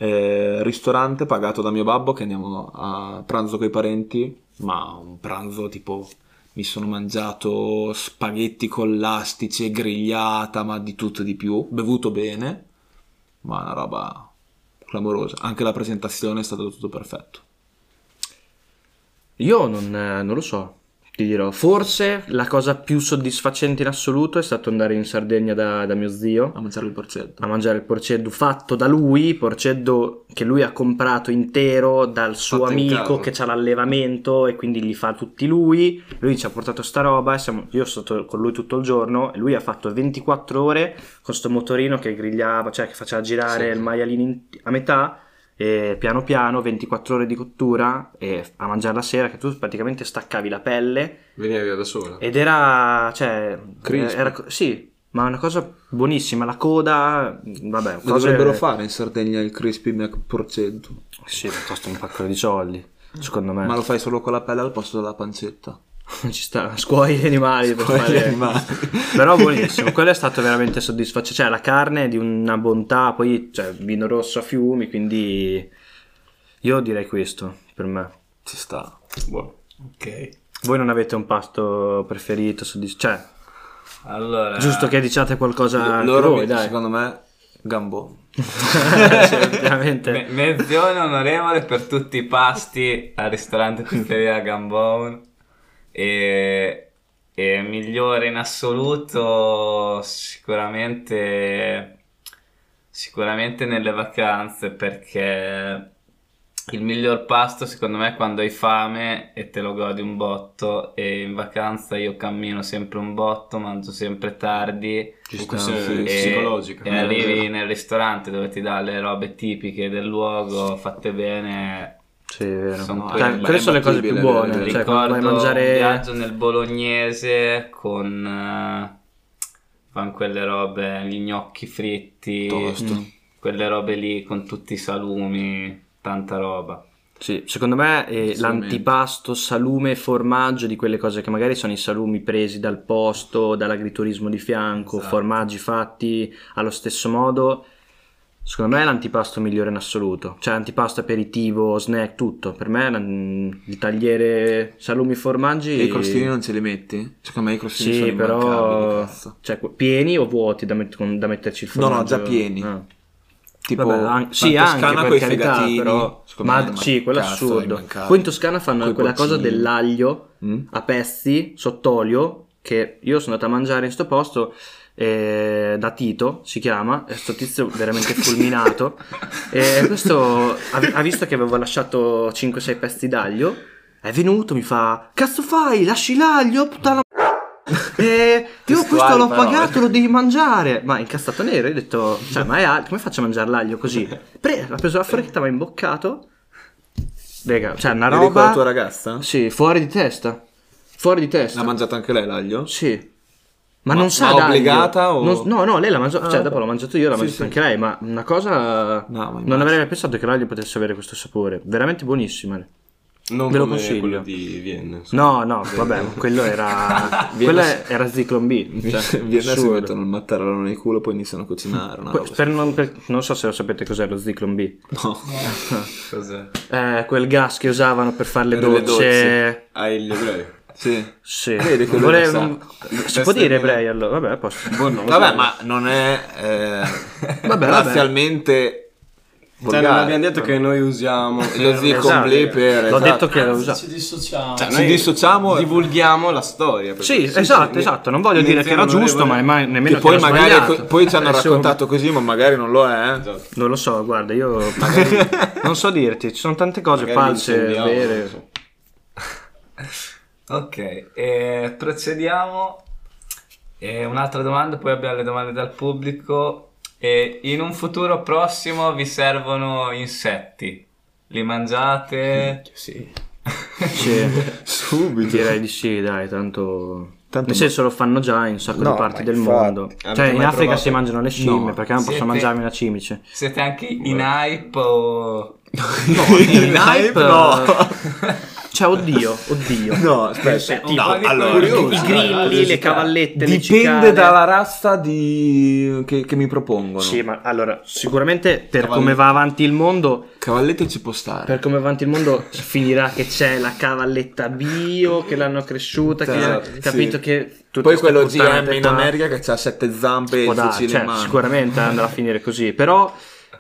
Speaker 7: eh, ristorante pagato da mio babbo che andiamo a pranzo coi parenti, ma un pranzo tipo mi sono mangiato spaghetti con l'astice, grigliata, ma di tutto e di più, bevuto bene, ma una roba clamorosa. Anche la presentazione è stata tutto perfetto.
Speaker 6: Io non, eh, non lo so, ti dirò. Forse la cosa più soddisfacente in assoluto è stato andare in Sardegna da, da mio zio.
Speaker 7: A mangiare il porcetto.
Speaker 6: a mangiare il porceddu fatto da lui, porceddu che lui ha comprato intero dal suo
Speaker 3: Fatto in
Speaker 6: amico
Speaker 3: casa.
Speaker 6: che c'ha l'allevamento e quindi gli fa tutti lui. Lui ci ha portato sta roba, e siamo- io sono stato con lui tutto il giorno e lui ha fatto 24 ore con sto motorino che grigliava, cioè che faceva girare il maialino in- a metà. E piano piano 24 ore di cottura e a mangiare la sera che tu praticamente staccavi la pelle
Speaker 3: Veniva via da sola.
Speaker 7: Eh.
Speaker 6: ed era, cioè,
Speaker 7: Crispo.
Speaker 6: era co- sì, ma una cosa buonissima, la coda, vabbè,
Speaker 7: Lo
Speaker 6: cose-
Speaker 7: dovrebbero fare in Sardegna il crispy mac porcetto,
Speaker 6: Sì, costa un pacco di soldi, secondo me.
Speaker 7: ma lo fai solo con la pelle al posto della pancetta.
Speaker 6: Non ci sta, scuoi gli animali per
Speaker 7: Scuoi gli
Speaker 6: fare-
Speaker 7: animali.
Speaker 6: Però buonissimo, quello è stato veramente soddisfacente, cioè la carne è di una bontà, poi cioè, vino rosso a fiumi, quindi io direi questo per me.
Speaker 3: Ci sta. Buono.
Speaker 4: Ok.
Speaker 6: Voi non avete un pasto preferito? soddisf- Cioè,
Speaker 4: Allora...
Speaker 6: giusto che diciate qualcosa Ah, anche
Speaker 7: Loro,
Speaker 6: voi, dai.
Speaker 7: secondo me, Gambò.
Speaker 6: *laughs* Cioè, veramente.
Speaker 4: Me- menzione onorevole per tutti i pasti al ristorante Pizzeria Gambone e, e migliore in assoluto sicuramente sicuramente nelle vacanze perché il miglior pasto secondo me è quando hai fame e te lo godi un botto e in vacanza io cammino sempre un botto, mangio sempre tardi
Speaker 7: Ci
Speaker 3: Con
Speaker 7: sta,
Speaker 3: questione
Speaker 7: sì.
Speaker 4: e-
Speaker 3: psicologica.
Speaker 6: Eh,
Speaker 4: E
Speaker 6: esatto.
Speaker 4: arrivi nel ristorante dove ti dà le robe tipiche del luogo, fatte bene.
Speaker 6: Sì, è vero.
Speaker 4: Sono
Speaker 6: Cioè,
Speaker 4: quelle-
Speaker 6: quelle sono le cose più
Speaker 7: imbattibili,
Speaker 6: buone.
Speaker 7: vero,
Speaker 6: Cioè,
Speaker 4: Ricordo
Speaker 6: come
Speaker 4: un
Speaker 6: mangiare.
Speaker 4: viaggio nel bolognese con eh, fan quelle robe, gli gnocchi fritti,
Speaker 7: Tosto.
Speaker 4: mm, quelle robe lì con tutti i salumi, tanta roba.
Speaker 6: Sì, secondo me eh,
Speaker 7: Sicuramente.
Speaker 6: l'antipasto, salume e formaggio di quelle cose che magari sono i salumi presi dal posto, dall'agriturismo di fianco,
Speaker 4: Esatto.
Speaker 6: formaggi fatti allo stesso modo. Secondo me è l'antipasto migliore in assoluto. Cioè, antipasto aperitivo, snack, tutto. Per me mm, il tagliere salumi formaggi.
Speaker 7: E i crostini non ce li metti? Secondo me i crostini sono
Speaker 6: Sì,
Speaker 7: immancabili,
Speaker 6: però.
Speaker 7: cazzo.
Speaker 6: Cioè, que- pieni o vuoti da, met- con- da metterci il
Speaker 7: No, no,
Speaker 6: formaggio?
Speaker 7: già pieni.
Speaker 6: Ah.
Speaker 7: Tipo,
Speaker 6: Vabbè, an- sì,
Speaker 7: la
Speaker 6: anche
Speaker 7: Toscana
Speaker 6: per
Speaker 7: coi
Speaker 6: carità,
Speaker 7: fegatini,
Speaker 6: però,
Speaker 7: secondo
Speaker 6: ma,
Speaker 7: me,
Speaker 6: sì, quello è
Speaker 7: cazzo,
Speaker 6: assurdo.
Speaker 7: immancabile.
Speaker 6: Poi in Toscana fanno
Speaker 7: Coi
Speaker 6: quella cosa
Speaker 7: porcini.
Speaker 6: dell'aglio
Speaker 7: Mm?
Speaker 6: a pezzi sott'olio che io sono andato a mangiare in sto posto eh, da Tito si chiama è sto tizio
Speaker 7: *laughs*
Speaker 6: veramente fulminato e questo ha, ha visto che avevo lasciato 5-6 pezzi d'aglio è venuto mi fa cazzo fai lasci l'aglio puttana *laughs* e io questo
Speaker 7: Testuali
Speaker 6: l'ho
Speaker 7: parole.
Speaker 6: pagato lo devi mangiare ma incazzato nero io ho detto cioè ma è al- come faccio a mangiare l'aglio così Pre- ha preso la fretta mi ha imboccato Raga, cioè una
Speaker 7: Vedi con la tua
Speaker 6: roba
Speaker 7: ragazza?
Speaker 6: sì, fuori di testa. Fuori di testa.
Speaker 7: L'ha mangiato anche lei l'aglio?
Speaker 6: Sì. Ma,
Speaker 7: Ma-
Speaker 6: non sa
Speaker 7: ma
Speaker 6: d'aglio.
Speaker 7: obbligata o-
Speaker 6: Non- no, no, lei l'ha mangiato,
Speaker 7: Ah,
Speaker 6: cioè
Speaker 7: ok.
Speaker 6: dopo l'ho mangiato io, l'ha
Speaker 7: Sì,
Speaker 6: mangiato
Speaker 7: sì.
Speaker 6: anche lei, ma una cosa
Speaker 7: ma
Speaker 6: non
Speaker 7: immagino.
Speaker 6: avrei mai pensato che l'aglio potesse avere questo sapore, veramente buonissimo.
Speaker 3: Non
Speaker 6: Ve lo
Speaker 3: come
Speaker 6: consiglio.
Speaker 3: quello di Vienna. insomma.
Speaker 6: No, no,
Speaker 7: *laughs*
Speaker 6: vabbè, quello era quello era Zyklon B, cioè,
Speaker 7: Cioè, Vienna si
Speaker 6: assurdo.
Speaker 7: mettono il mattarello nel culo poi iniziano a cucinare una
Speaker 6: Que-
Speaker 7: roba.
Speaker 6: per non, per- non so se lo sapete cos'è lo Zyklon B.
Speaker 7: No.
Speaker 4: Cos'è?
Speaker 6: Eh, quel gas che usavano per fare le
Speaker 7: Per le
Speaker 6: docce.
Speaker 7: docce.
Speaker 3: Hai gli ebrei.
Speaker 7: Sì.
Speaker 6: Sì.
Speaker 7: Vedi, quello lo
Speaker 6: Volevo-
Speaker 7: sa.
Speaker 6: non- si può dire ebrei allora? Vabbè, a posto.
Speaker 7: Vabbè, ma non è eh,
Speaker 6: *laughs* Vabbè,
Speaker 7: razzialmente
Speaker 3: Cioè,
Speaker 7: volgare.
Speaker 3: non abbiamo detto che noi usiamo
Speaker 7: lo zico per
Speaker 6: Esatto.
Speaker 7: esatto.
Speaker 6: L'ho
Speaker 7: diciamo
Speaker 6: detto che lo usato.
Speaker 5: Ci dissociamo.
Speaker 3: Cioè,
Speaker 7: Ci
Speaker 3: noi
Speaker 7: dissociamo-
Speaker 3: divulghiamo la storia. perché-
Speaker 6: Sì, esatto,
Speaker 3: sì,
Speaker 6: esatto. Non voglio dire che era
Speaker 3: menzione
Speaker 6: giusto, ma
Speaker 3: onorevole.
Speaker 6: nema-
Speaker 7: che
Speaker 6: nemmeno che
Speaker 7: poi
Speaker 6: era
Speaker 7: magari
Speaker 6: sbagliato.
Speaker 7: poi ci hanno
Speaker 6: Eh, insomma,
Speaker 7: raccontato così, ma magari non lo è. eh.
Speaker 3: Esatto.
Speaker 6: Non lo so, guarda, io magari- non so dirti, ci sono tante cose
Speaker 3: Magari
Speaker 6: false,
Speaker 3: incendiamo, non
Speaker 6: vere.
Speaker 3: so.
Speaker 4: Ok, eh, procediamo. Eh, un'altra domanda, poi abbiamo le domande dal pubblico. Eh, in un futuro prossimo vi servono insetti. Li mangiate? *laughs*
Speaker 3: Sì.
Speaker 6: Sì,
Speaker 7: Subito.
Speaker 6: direi di sì, dai, tanto
Speaker 7: Tanto
Speaker 6: nel senso lo fanno già in un sacco
Speaker 7: No,
Speaker 6: di parti
Speaker 7: ma
Speaker 6: del
Speaker 7: infatti.
Speaker 6: mondo.
Speaker 3: Avete
Speaker 6: Cioè, in
Speaker 3: mai
Speaker 6: Africa
Speaker 3: provato?
Speaker 6: si mangiano le scimmie,
Speaker 7: No.
Speaker 6: perché non
Speaker 4: Siete-
Speaker 6: posso mangiarmi una cimice.
Speaker 4: Siete anche in hype o... *laughs*
Speaker 6: in hype, *laughs*
Speaker 7: no.
Speaker 6: Cioè, oddio, oddio.
Speaker 7: No, aspetta.
Speaker 6: Cioè, Tipo,
Speaker 7: No,
Speaker 4: tipo-
Speaker 7: allora,
Speaker 4: curioso,
Speaker 6: i grilli, le cavallette,
Speaker 7: dipende
Speaker 6: le cicale.
Speaker 7: dalla razza di... che, che mi propongono.
Speaker 6: Sì, ma allora, sicuramente per
Speaker 7: Cavalli-
Speaker 6: come va avanti il mondo,
Speaker 7: Cavallette ci può stare.
Speaker 6: Per come va avanti il mondo finirà che c'è la cavalletta bio che l'hanno cresciuta, che
Speaker 7: Esatto,
Speaker 6: hanno capito
Speaker 7: sì.
Speaker 6: che tutte
Speaker 7: Poi
Speaker 6: ste
Speaker 7: quello
Speaker 6: puttanate
Speaker 7: GM in
Speaker 6: qua-
Speaker 7: America che ha sette zampe e
Speaker 6: può
Speaker 7: il
Speaker 6: dar-
Speaker 7: fucile
Speaker 6: "Ah, cioè,
Speaker 7: in mano.
Speaker 6: sicuramente andrà a finire così, però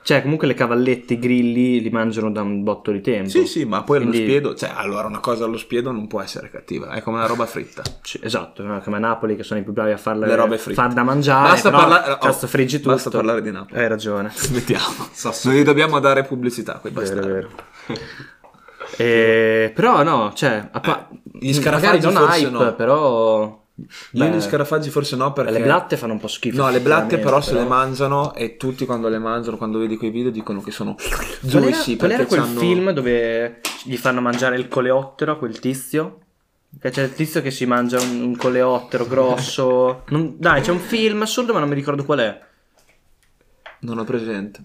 Speaker 6: cioè, comunque le cavallette, i grilli li mangiano da un botto di tempo.
Speaker 7: Sì, sì, ma poi allo
Speaker 6: Quindi-
Speaker 7: spiedo, cioè, allora una cosa allo spiedo non può essere cattiva, è come una roba fritta.
Speaker 6: Sì, esatto, no? come a Napoli che sono i più bravi a farle,
Speaker 7: Le robe fritte.
Speaker 6: far da mangiare,
Speaker 7: Basta
Speaker 6: però,
Speaker 7: parlare- oh,
Speaker 6: cazzo, friggi tutto. Eh.
Speaker 7: basta parlare di Napoli.
Speaker 6: Hai ragione.
Speaker 7: *laughs* Smettiamo. Non gli dobbiamo dare pubblicità, quei
Speaker 6: Vero,
Speaker 7: bastardi.
Speaker 6: vero. Eh, però no, cioè, a pa-
Speaker 7: Eh, gli
Speaker 6: magari
Speaker 7: scarafaggi
Speaker 6: non
Speaker 7: forse
Speaker 6: hype,
Speaker 7: no.
Speaker 6: però
Speaker 7: Io
Speaker 6: beh,
Speaker 7: gli scarafaggi forse no perché...
Speaker 6: le blatte fanno un po' schifo.
Speaker 7: No, le blatte
Speaker 6: sicuramente,
Speaker 7: però se le mangiano e tutti quando le mangiano, quando vedi quei video dicono che sono
Speaker 6: Qual era,
Speaker 7: juicy
Speaker 6: qual era
Speaker 7: perché
Speaker 6: quel
Speaker 7: c'hanno-
Speaker 6: film dove gli fanno mangiare il coleottero a quel tizio? Che c'è il tizio che si mangia un, un
Speaker 7: *laughs*
Speaker 6: coleottero grosso. Non- dai, c'è un film assurdo, ma non mi ricordo qual è.
Speaker 7: Non ho presente.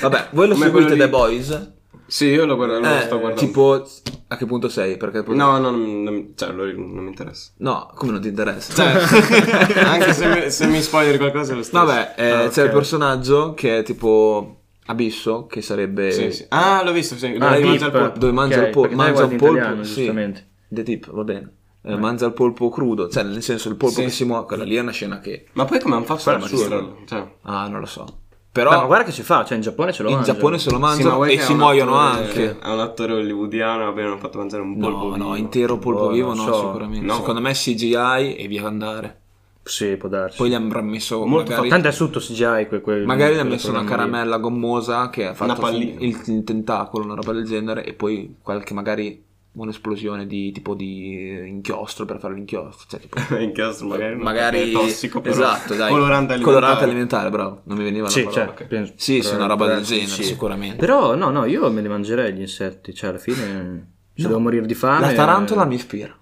Speaker 7: Vabbè, voi lo
Speaker 3: Come
Speaker 7: seguite
Speaker 3: quello
Speaker 7: The
Speaker 3: lì.
Speaker 7: Boys?
Speaker 3: Sì, io lo, guardo, lo
Speaker 7: Eh,
Speaker 3: sto guardando.
Speaker 7: Tipo, a che punto sei? Perché poi-
Speaker 3: No, *laughs* no, non, non- cioè, lo- non mi interessa.
Speaker 7: No, come non ti interessa? *laughs*
Speaker 3: Cioè, anche se mi, se mi spoileri qualcosa è lo stesso.
Speaker 7: Vabbè, eh,
Speaker 6: Ah, ok.
Speaker 7: c'è il personaggio che è tipo Abisso, che sarebbe...
Speaker 3: Sì, sì. Ah, l'ho visto. Sì. Dove
Speaker 7: Pip.
Speaker 3: mangia il polpo.
Speaker 7: Dove mangia
Speaker 6: Ok,
Speaker 7: il polpo-
Speaker 6: perché dai,
Speaker 7: mangia
Speaker 6: guardi
Speaker 7: il
Speaker 6: in
Speaker 7: polpo,
Speaker 6: italiano,
Speaker 7: sì.
Speaker 6: giustamente.
Speaker 7: The Tip, va bene. Eh, Mangia il polpo crudo, cioè nel senso il polpo
Speaker 3: Sì.
Speaker 7: che si muove, quella lì è una scena che...
Speaker 3: Ma poi come hanno fatto a
Speaker 7: Guarda, ma
Speaker 3: magistrarlo? Cioè,
Speaker 7: Ah, non lo so.
Speaker 6: Beh,
Speaker 7: Però
Speaker 6: ma guarda che ci fa, cioè in Giappone ce lo
Speaker 7: in
Speaker 6: mangiano.
Speaker 7: Giappone se lo
Speaker 3: sì, ma
Speaker 7: mangiano
Speaker 3: guarda
Speaker 7: e
Speaker 3: che è
Speaker 7: si
Speaker 3: un
Speaker 7: muoiono
Speaker 3: attore-
Speaker 7: anche.
Speaker 3: È un attore hollywoodiano, vabbè, hanno fatto mangiare un polpo
Speaker 7: No, no,
Speaker 3: vivo.
Speaker 7: intero polpo
Speaker 6: Boh,
Speaker 7: vivo
Speaker 6: non
Speaker 7: Oh, no,
Speaker 6: so.
Speaker 7: sicuramente.
Speaker 3: No.
Speaker 7: Secondo me CGI e via andare.
Speaker 6: Sì, può darsi.
Speaker 7: Poi gli hanno messo
Speaker 3: Molto
Speaker 7: magari,
Speaker 6: Tanto è sotto CGI que- quel-
Speaker 7: magari gli hanno
Speaker 6: quel
Speaker 7: messo una
Speaker 6: programma lì.
Speaker 7: caramella gommosa che ha
Speaker 3: Una
Speaker 7: fatto
Speaker 3: pallina.
Speaker 7: il, il tentacolo, una roba del genere, e poi qualche magari un'esplosione di tipo di eh, inchiostro per fare l'inchiostro. Cioè, tipo,
Speaker 3: Inchiostro *laughs* magari, non
Speaker 7: magari
Speaker 3: perché è tossico, però.
Speaker 7: esatto, dai.
Speaker 3: Colorante alimentare. certo.
Speaker 7: Colorante alimentare, bravo. Non mi veniva
Speaker 6: Sì,
Speaker 7: la parola.
Speaker 6: cioè, penso-
Speaker 7: Sì, sì, una roba
Speaker 6: per-
Speaker 7: del genere,
Speaker 6: sì.
Speaker 7: sicuramente.
Speaker 6: Però no, no, io me li mangerei gli insetti, cioè alla fine se
Speaker 7: No.
Speaker 6: devo morire di fame.
Speaker 7: la tarantola mi ispira.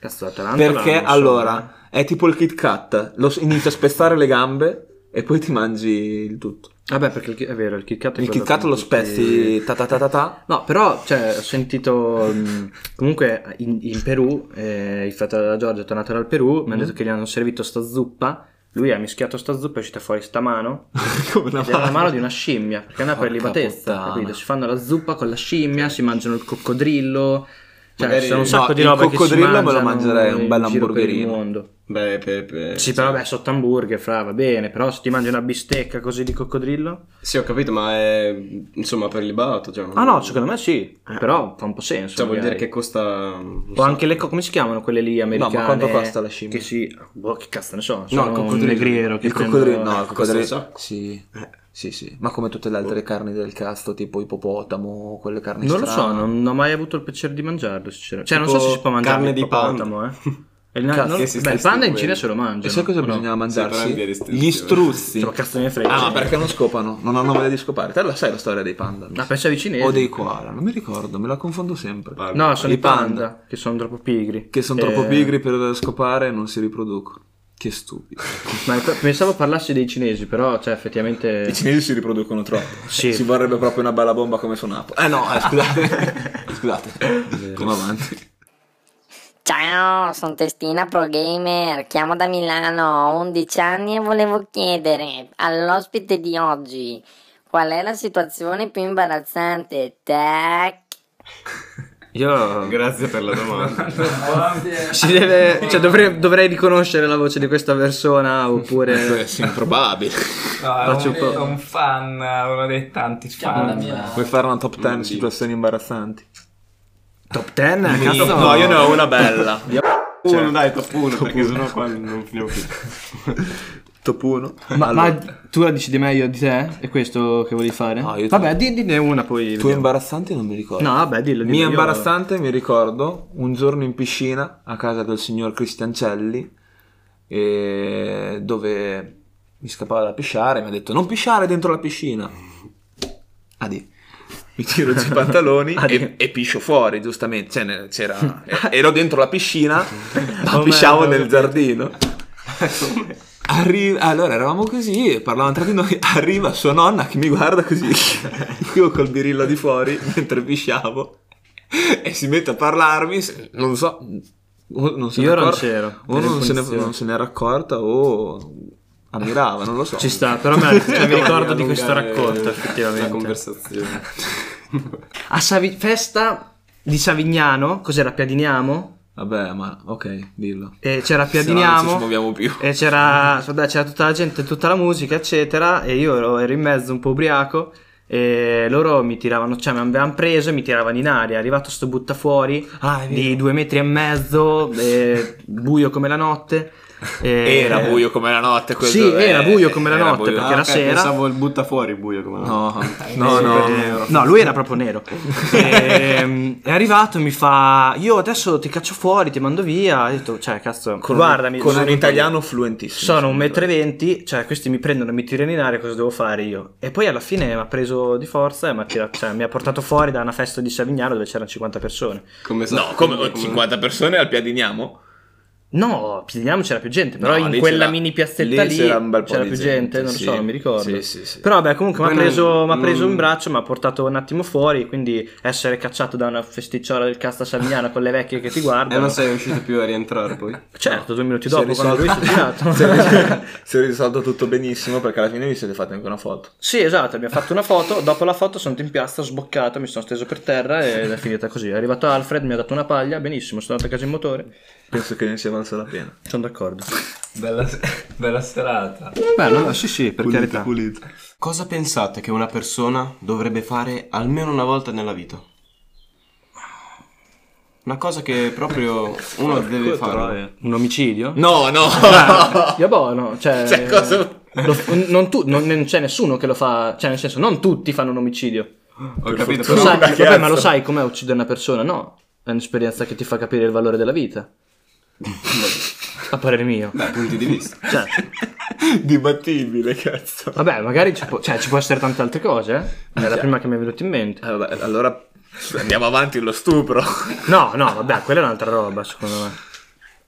Speaker 6: Cazzo, la tarantola.
Speaker 7: Perché
Speaker 6: non so.
Speaker 7: allora è tipo il Kit Kat, lo s- inizi a spezzare le gambe e poi ti mangi il tutto.
Speaker 6: Vabbè, perché il, chi- è vero, il Kit Kat è
Speaker 7: Il
Speaker 6: quello
Speaker 7: Kit Kat
Speaker 6: con
Speaker 7: lo
Speaker 6: tutti-
Speaker 7: spezzi ta ta ta ta
Speaker 6: *laughs*
Speaker 7: ta.
Speaker 6: No, però cioè, ho sentito mh, comunque in, in Perù, eh, il fratello della Giorgia è tornato dal Perù,
Speaker 7: Mm.
Speaker 6: mi hanno detto che gli hanno servito sta zuppa, lui ha mischiato sta zuppa e è uscita fuori
Speaker 7: *laughs*
Speaker 6: sta mano,
Speaker 7: Come
Speaker 6: ed era la mano di una scimmia, perché è una
Speaker 7: Porca
Speaker 6: prelibatezza,
Speaker 7: puttana.
Speaker 6: capito? Si fanno la zuppa con la scimmia, si mangiano il coccodrillo, cioè
Speaker 3: Magari-
Speaker 6: ci sono un
Speaker 3: no,
Speaker 6: sacco di
Speaker 7: il
Speaker 6: robe che si
Speaker 7: coccodrillo me lo
Speaker 6: mangiano
Speaker 7: mangerei, un
Speaker 6: in
Speaker 7: bel
Speaker 6: giro per il
Speaker 7: hamburgerino.
Speaker 6: mondo.
Speaker 3: Beh,
Speaker 7: Eh,
Speaker 3: Pepe.
Speaker 6: Sì, però beh, sotto hamburger, fra, va bene, però se ti mangi una bistecca così di coccodrillo...
Speaker 3: Sì, ho capito, ma è insomma per libato. Cioè,
Speaker 6: Ah no, secondo me sì,
Speaker 7: Eh.
Speaker 6: però fa un po' senso.
Speaker 3: Cioè, vuol dire
Speaker 6: magari.
Speaker 3: che costa. non
Speaker 6: O
Speaker 3: so,
Speaker 6: anche le co- come si chiamano quelle lì americane?
Speaker 7: No, ma quanto costa la scimmia?
Speaker 6: Che si boh, che cazzo ne so,
Speaker 7: No,
Speaker 6: sono
Speaker 7: il
Speaker 6: un
Speaker 7: coccodrillo.
Speaker 6: negriero che
Speaker 7: il
Speaker 6: prendo-
Speaker 7: coccodrillo, no, il
Speaker 3: costa un
Speaker 7: coccodrillo.
Speaker 3: sacco.
Speaker 7: Sì.
Speaker 6: Eh.
Speaker 7: Sì, sì, ma come tutte le altre carni del cazzo, tipo ippopotamo, quelle carni
Speaker 6: Boh. Non lo so,
Speaker 7: strane.
Speaker 6: non, non ho mai avuto il piacere di mangiarlo, sinceramente. Cioè, non so
Speaker 3: Tipo
Speaker 6: se si può mangiare
Speaker 3: carne
Speaker 6: il
Speaker 3: di panda.
Speaker 6: ippopotamo, eh.
Speaker 7: *laughs*
Speaker 6: E il-
Speaker 7: Cazzo,
Speaker 6: non-
Speaker 3: esiste
Speaker 6: beh, il
Speaker 3: sti
Speaker 6: panda in
Speaker 3: quelli.
Speaker 6: Cina se lo mangiano.
Speaker 7: E sai cosa
Speaker 6: no?
Speaker 7: bisognava
Speaker 3: Sì, però è via
Speaker 7: mangiarsi?
Speaker 3: distinzione.
Speaker 7: Gli
Speaker 6: Cioè,
Speaker 7: struzzi.
Speaker 6: ma cazzo ne frega.
Speaker 7: Ah, ma perché non scopano? Non hanno voglia di scopare. Te la sai la storia dei panda?
Speaker 6: Ma pensavi cinesi?
Speaker 7: O dei koala, non mi ricordo, me la confondo sempre.
Speaker 3: Panda.
Speaker 6: No, sono
Speaker 7: I
Speaker 6: i panda,
Speaker 7: panda.
Speaker 6: che sono troppo pigri.
Speaker 7: Che sono
Speaker 6: Eh,
Speaker 7: troppo pigri per scopare e non si riproducono. Che stupido.
Speaker 6: Ma pensavo parlassi dei cinesi, però, cioè, effettivamente...
Speaker 7: Eh. I cinesi si riproducono *laughs* troppo.
Speaker 6: Sì.
Speaker 7: Si vorrebbe proprio una bella bomba come su Napoli. Eh no, eh, scusate. *laughs* scusate. Come avanti.
Speaker 8: Ciao, sono Testina Pro Gamer, chiamo da Milano, ho 11 anni e volevo chiedere all'ospite di oggi qual è la situazione più imbarazzante? Tac.
Speaker 3: *laughs*
Speaker 6: Io...
Speaker 3: Grazie per la
Speaker 6: *laughs*
Speaker 3: domanda.
Speaker 6: Si deve, cioè dovrei, dovrei riconoscere la voce di questa
Speaker 7: *laughs*
Speaker 6: persona oppure...
Speaker 7: Eh, Sì, improbabile.
Speaker 3: *laughs*
Speaker 4: No, è
Speaker 6: Faccio
Speaker 4: un,
Speaker 6: un po'.
Speaker 4: è un fan, uno dei tanti
Speaker 5: Chiama la
Speaker 4: fan.
Speaker 5: mia.
Speaker 7: Vuoi fare una top 10
Speaker 3: Mm, sì.
Speaker 7: situazioni imbarazzanti?
Speaker 6: Top 10? Cazzo,
Speaker 7: Ah, No, io ne ho una bella. Cioè.
Speaker 3: uno, dai, top 1, perché sennò qua non finiamo più.
Speaker 7: *laughs* top 1.
Speaker 6: Ma, ma tu la dici di meglio di te? È questo che volevi fare?
Speaker 7: No, io-
Speaker 6: vabbè, di- dinne una poi.
Speaker 7: Tu
Speaker 6: vediamo.
Speaker 7: imbarazzante non mi ricordo.
Speaker 6: No, vabbè, dillo. dillo,
Speaker 7: Mia
Speaker 6: io-
Speaker 7: imbarazzante, mi ricordo, un giorno in piscina a casa del signor Cristiancelli, eh, dove mi scappava da pisciare, mi ha detto non pisciare dentro la piscina. Adì. Mi tiro
Speaker 6: *laughs*
Speaker 7: giù i pantaloni
Speaker 6: Ah,
Speaker 7: e, e piscio fuori, giustamente. Cioè, ne-
Speaker 6: *laughs*
Speaker 7: c'era- e- ero dentro la piscina, ma
Speaker 6: Oh,
Speaker 7: pisciavo
Speaker 6: merda, ho
Speaker 7: nel giardino. Arri- allora eravamo così e parlavamo tra di noi. *laughs* Arriva sua nonna che mi guarda così, *laughs* io col birillo di fuori *laughs* mentre pisciavo e si mette a parlarmi. se- Non so, o non se
Speaker 6: Io
Speaker 7: ne
Speaker 6: ero
Speaker 7: accor-
Speaker 6: c'ero,
Speaker 7: o
Speaker 6: ero
Speaker 7: non
Speaker 6: in
Speaker 7: se, ne,
Speaker 6: punizione.
Speaker 7: non se n'era accorta o ammirava, non lo so.
Speaker 6: *laughs* Ci sta, però
Speaker 7: *laughs*
Speaker 6: me- cioè, mi ricordo di questo
Speaker 3: Allungare
Speaker 6: racconto,
Speaker 3: La
Speaker 6: effettivamente.
Speaker 3: conversazione.
Speaker 6: A Savi- festa di Savignano, cos'era? Piadiniamo?
Speaker 7: Vabbè, ma ok, dillo.
Speaker 6: E c'era
Speaker 7: Se no non ci
Speaker 6: Piadiniamo. Eh,
Speaker 7: muoviamo più.
Speaker 6: E c'era, vabbè, c'era tutta la gente, tutta la musica, eccetera. E io ero, ero in mezzo un po' ubriaco. E loro mi tiravano, cioè mi avevano preso e mi tiravano in aria. È arrivato sto buttafuori
Speaker 7: Ah, è vero.
Speaker 6: di due metri e mezzo, eh, buio come la notte. e-
Speaker 7: Eh, Era buio come la notte quello.
Speaker 6: Sì,
Speaker 7: eh,
Speaker 6: era buio come la
Speaker 7: era
Speaker 6: notte,
Speaker 7: buio. Ah,
Speaker 6: perché
Speaker 3: Ah,
Speaker 6: era
Speaker 3: ok,
Speaker 6: Eh, sera.
Speaker 3: Pensavo il butta fuori buio come no.
Speaker 7: No, no, no.
Speaker 6: No, lui era proprio nero. Ehm, è arrivato e mi fa: Io adesso ti caccio fuori, ti mando via. Ho detto, cioè, cazzo, guardami,
Speaker 7: con
Speaker 6: sono
Speaker 7: un italiano fluentissimo.
Speaker 6: Sono un metro e venti, cioè questi mi prendono e mi tirano in aria, cosa devo fare io? E poi alla fine mi ha preso di forza e mi ha, tirato- cioè, mi ha portato fuori da una festa di Savignano dove c'erano 50 persone.
Speaker 3: Come sa-
Speaker 7: No, come 50 persone al piadiniamo?
Speaker 6: No, Pigliano c'era più gente, però
Speaker 7: No,
Speaker 6: in
Speaker 7: lì
Speaker 6: quella
Speaker 7: c'era-
Speaker 6: mini piazzetta lì,
Speaker 7: c'era un bel po'
Speaker 6: c'era
Speaker 7: di
Speaker 6: più gente,
Speaker 7: gente,
Speaker 6: non lo
Speaker 7: sì.
Speaker 6: so, non mi ricordo.
Speaker 7: Sì, sì, sì.
Speaker 6: Però vabbè, comunque mi ha
Speaker 3: Poi non-
Speaker 6: preso, m'ha preso
Speaker 7: mm.
Speaker 3: non-
Speaker 6: in braccio, mi ha portato un attimo fuori, quindi essere cacciato da una festicciola del casta salmiana con le vecchie
Speaker 7: Eh,
Speaker 6: che ti
Speaker 3: E
Speaker 6: guardano.
Speaker 3: non sei riuscito più a rientrare poi?
Speaker 6: Certo, due minuti
Speaker 7: Si è
Speaker 6: dopo quando lui si è
Speaker 7: *laughs*
Speaker 6: girato.
Speaker 7: si, è, *laughs* si è risolto tutto benissimo perché alla fine vi siete fatti anche una foto.
Speaker 6: Sì, esatto, abbiamo fatto una foto, dopo la foto sono andato in piazza, ho sboccato, mi sono steso per terra ed è finita così. È arrivato Alfred, mi ha dato una paglia, benissimo, sono andato a casa in motore.
Speaker 7: Penso che ne sia valsa la pena.
Speaker 6: Sono d'accordo.
Speaker 4: Bella, se- bella serata.
Speaker 3: Beh, no, no, sì, sì, per
Speaker 7: Pulito,
Speaker 3: carità.
Speaker 7: pulito.
Speaker 3: Cosa pensate che una persona dovrebbe fare almeno una volta nella vita? Una cosa che proprio uno deve fare.
Speaker 6: Un omicidio?
Speaker 7: No, no.
Speaker 6: Io boh, no, cioè...
Speaker 7: Cioè, cosa-
Speaker 6: lo- non, tu- non- non c'è nessuno che lo fa, cioè nel senso non tutti fanno un omicidio.
Speaker 3: Ho capito,
Speaker 6: Lo
Speaker 3: però
Speaker 6: sai,
Speaker 7: cazzo.
Speaker 6: vabbè, ma lo sai com'è uccidere una persona? No, è un'esperienza che ti fa capire il valore della vita. A parere mio.
Speaker 3: dai punti di vista. *laughs*
Speaker 6: Cioè,
Speaker 7: Dibattibile, cazzo.
Speaker 6: vabbè, magari ci può, cioè, ci può essere tante altre cose, eh. È la prima che mi è venuta in mente.
Speaker 7: Eh, vabbè, allora andiamo avanti lo stupro. *laughs*
Speaker 6: No, no, vabbè, quella è un'altra roba, secondo me.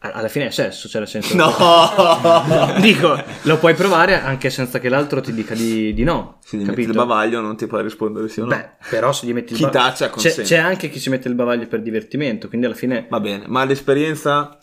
Speaker 6: A- Alla fine è sesso, cioè nel senso.
Speaker 7: No.
Speaker 6: Dico, lo puoi provare anche senza che l'altro ti dica di, di no.
Speaker 7: Se gli metti
Speaker 6: capito?
Speaker 7: il bavaglio non ti puoi rispondere sì o no.
Speaker 6: Beh, però se gli metti il
Speaker 7: Chi
Speaker 6: bavaglio.
Speaker 7: taccia
Speaker 6: c'è,
Speaker 7: consente.
Speaker 6: c'è anche chi si mette il bavaglio per divertimento, quindi alla fine.
Speaker 7: Va bene, ma l'esperienza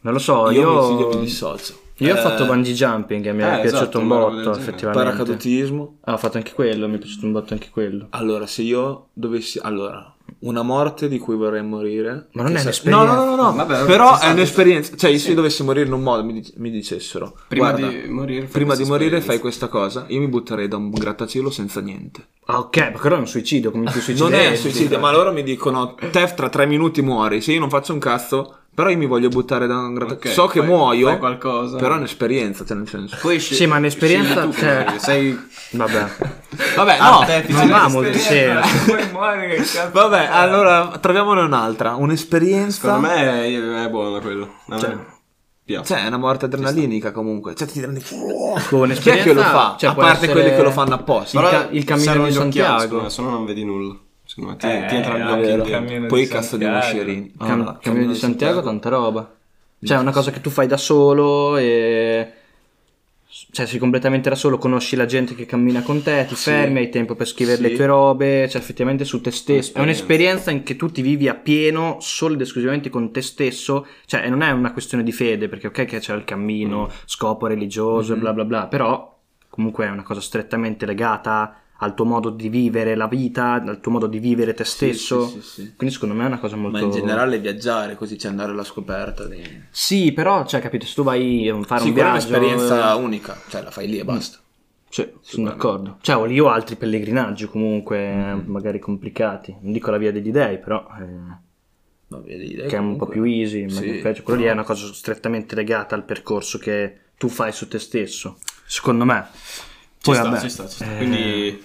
Speaker 6: Non lo so,
Speaker 7: io,
Speaker 6: io.
Speaker 7: mi, io mi dissocio.
Speaker 6: io ho
Speaker 7: Eh,
Speaker 6: fatto bungee jumping e mi è
Speaker 3: eh,
Speaker 6: piaciuto
Speaker 3: esatto,
Speaker 6: un
Speaker 3: una roba del
Speaker 6: botto,
Speaker 3: genere.
Speaker 6: effettivamente.
Speaker 7: paracadutismo.
Speaker 6: Ah, ho fatto anche quello, mi è piaciuto un botto anche quello.
Speaker 7: Allora, se io dovessi allora una morte di cui vorrei morire,
Speaker 6: Ma non
Speaker 7: che
Speaker 6: è
Speaker 7: sa-
Speaker 6: un'esperienza.
Speaker 7: No, no, no, no.
Speaker 3: Vabbè,
Speaker 7: però
Speaker 3: ci sta,
Speaker 7: è
Speaker 3: ci
Speaker 7: un'esperienza, cioè se io dovessi morire in un modo mi, dic- mi dicessero
Speaker 3: Prima
Speaker 7: "Guarda,
Speaker 3: di morire fai
Speaker 7: prima
Speaker 3: questa
Speaker 7: di morire
Speaker 3: esperienza".
Speaker 7: fai questa cosa, io mi butterei da un grattacielo senza niente.
Speaker 6: Ah, ok, ma quello è un
Speaker 7: *laughs*
Speaker 6: suicidio, come ti suicidi.
Speaker 7: Non è suicidio, ma loro mi dicono: Tef, tra tre minuti muori. Se io non faccio un cazzo, però io mi voglio buttare da un grattacielo.
Speaker 3: Ok,
Speaker 7: so che
Speaker 3: fai-
Speaker 7: muoio,
Speaker 3: fai qualcosa.
Speaker 7: però è un'esperienza, cioè nel senso.
Speaker 3: Poi sce-
Speaker 6: Sì, ma un'esperienza,
Speaker 3: scegli tu
Speaker 6: cioè-
Speaker 3: come- sei
Speaker 6: Vabbè.
Speaker 7: *laughs* Vabbè,
Speaker 3: Ah,
Speaker 7: no.
Speaker 3: Tef,
Speaker 6: Non
Speaker 3: sei-
Speaker 6: va molto
Speaker 4: Esperienza,
Speaker 6: serio.
Speaker 4: *laughs* Poi muori che cazzo.
Speaker 7: Vabbè, allora troviamone un'altra. Un'esperienza.
Speaker 3: Secondo me è, è buono quello. A me piace.
Speaker 7: Cioè, è una morte adrenalinica comunque. Cioè, ti rendi
Speaker 6: Con
Speaker 7: Chi è che lo fa?
Speaker 6: esperienza, cioè,
Speaker 7: a
Speaker 6: può
Speaker 7: parte
Speaker 6: essere-
Speaker 7: quelli che lo fanno apposta.
Speaker 6: il ca- il cammino
Speaker 3: servono
Speaker 6: di
Speaker 3: gli occhiali,
Speaker 6: Santiago.
Speaker 3: secondo me, se no non vedi nulla. Secondo me ti,
Speaker 4: Eh,
Speaker 3: ti entrano
Speaker 4: anche
Speaker 3: gli
Speaker 4: il
Speaker 3: occhi dentro.
Speaker 4: cammino
Speaker 7: Poi
Speaker 4: di
Speaker 7: il cazzo di
Speaker 4: Santiago.
Speaker 7: Mascerini.
Speaker 6: Cam-
Speaker 7: Allora,
Speaker 6: Ah, Cammino di Santiago, tanta roba. Cioè, è una cosa che tu fai da solo e. Cioè, sei completamente da solo, conosci la gente che cammina con te, ti fermi, hai tempo per scrivere
Speaker 7: Sì.
Speaker 6: le tue robe, cioè effettivamente su te stesso. È
Speaker 3: Un'esperienza.
Speaker 6: un'esperienza in che tu ti vivi a pieno solo ed esclusivamente con te stesso, cioè e non è una questione di fede, perché ok che c'è il cammino,
Speaker 7: Mm.
Speaker 6: scopo religioso e
Speaker 7: Mm-hmm.
Speaker 6: bla bla bla, però comunque è una cosa strettamente legata al tuo modo di vivere la vita, al tuo modo di vivere te stesso.
Speaker 7: sì, sì.
Speaker 6: Quindi secondo me è una cosa molto
Speaker 7: Ma in generale viaggiare così, c'è andare alla scoperta. Di...
Speaker 6: sì, però, cioè, capito, se tu vai a fare
Speaker 7: Sì,
Speaker 6: un
Speaker 7: quella è
Speaker 6: viaggio... eh. Mm.
Speaker 7: un'esperienza unica. Cioè, la fai lì e basta.
Speaker 6: Sì, sono d'accordo. Cioè, ho- io ho altri pellegrinaggi comunque,
Speaker 7: Mm-hmm.
Speaker 6: magari complicati. Non dico la via degli dei, però... eh,
Speaker 7: Ma vedi, dai,
Speaker 6: che è un po'
Speaker 7: comunque.
Speaker 6: più easy. ma
Speaker 7: Sì.
Speaker 6: invece quello lì è una cosa strettamente legata al percorso che tu fai su te stesso. Secondo me.
Speaker 3: Ci
Speaker 6: Poi,
Speaker 3: sta,
Speaker 6: vabbè,
Speaker 3: ci sta, ci sta.
Speaker 6: eh,
Speaker 3: Quindi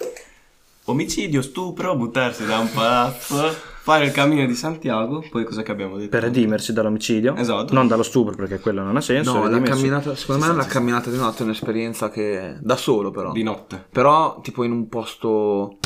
Speaker 3: omicidio, stupro, buttarsi da un palazzo, fare il cammino di Santiago, poi cosa che abbiamo detto?
Speaker 6: Per redimersi dall'omicidio.
Speaker 3: Esatto.
Speaker 6: Non dallo stupro, perché quello non ha senso.
Speaker 7: No, la
Speaker 6: redimersi-
Speaker 7: camminata, secondo me la camminata di notte è un'esperienza che da solo però.
Speaker 3: Di notte.
Speaker 7: Però tipo in un posto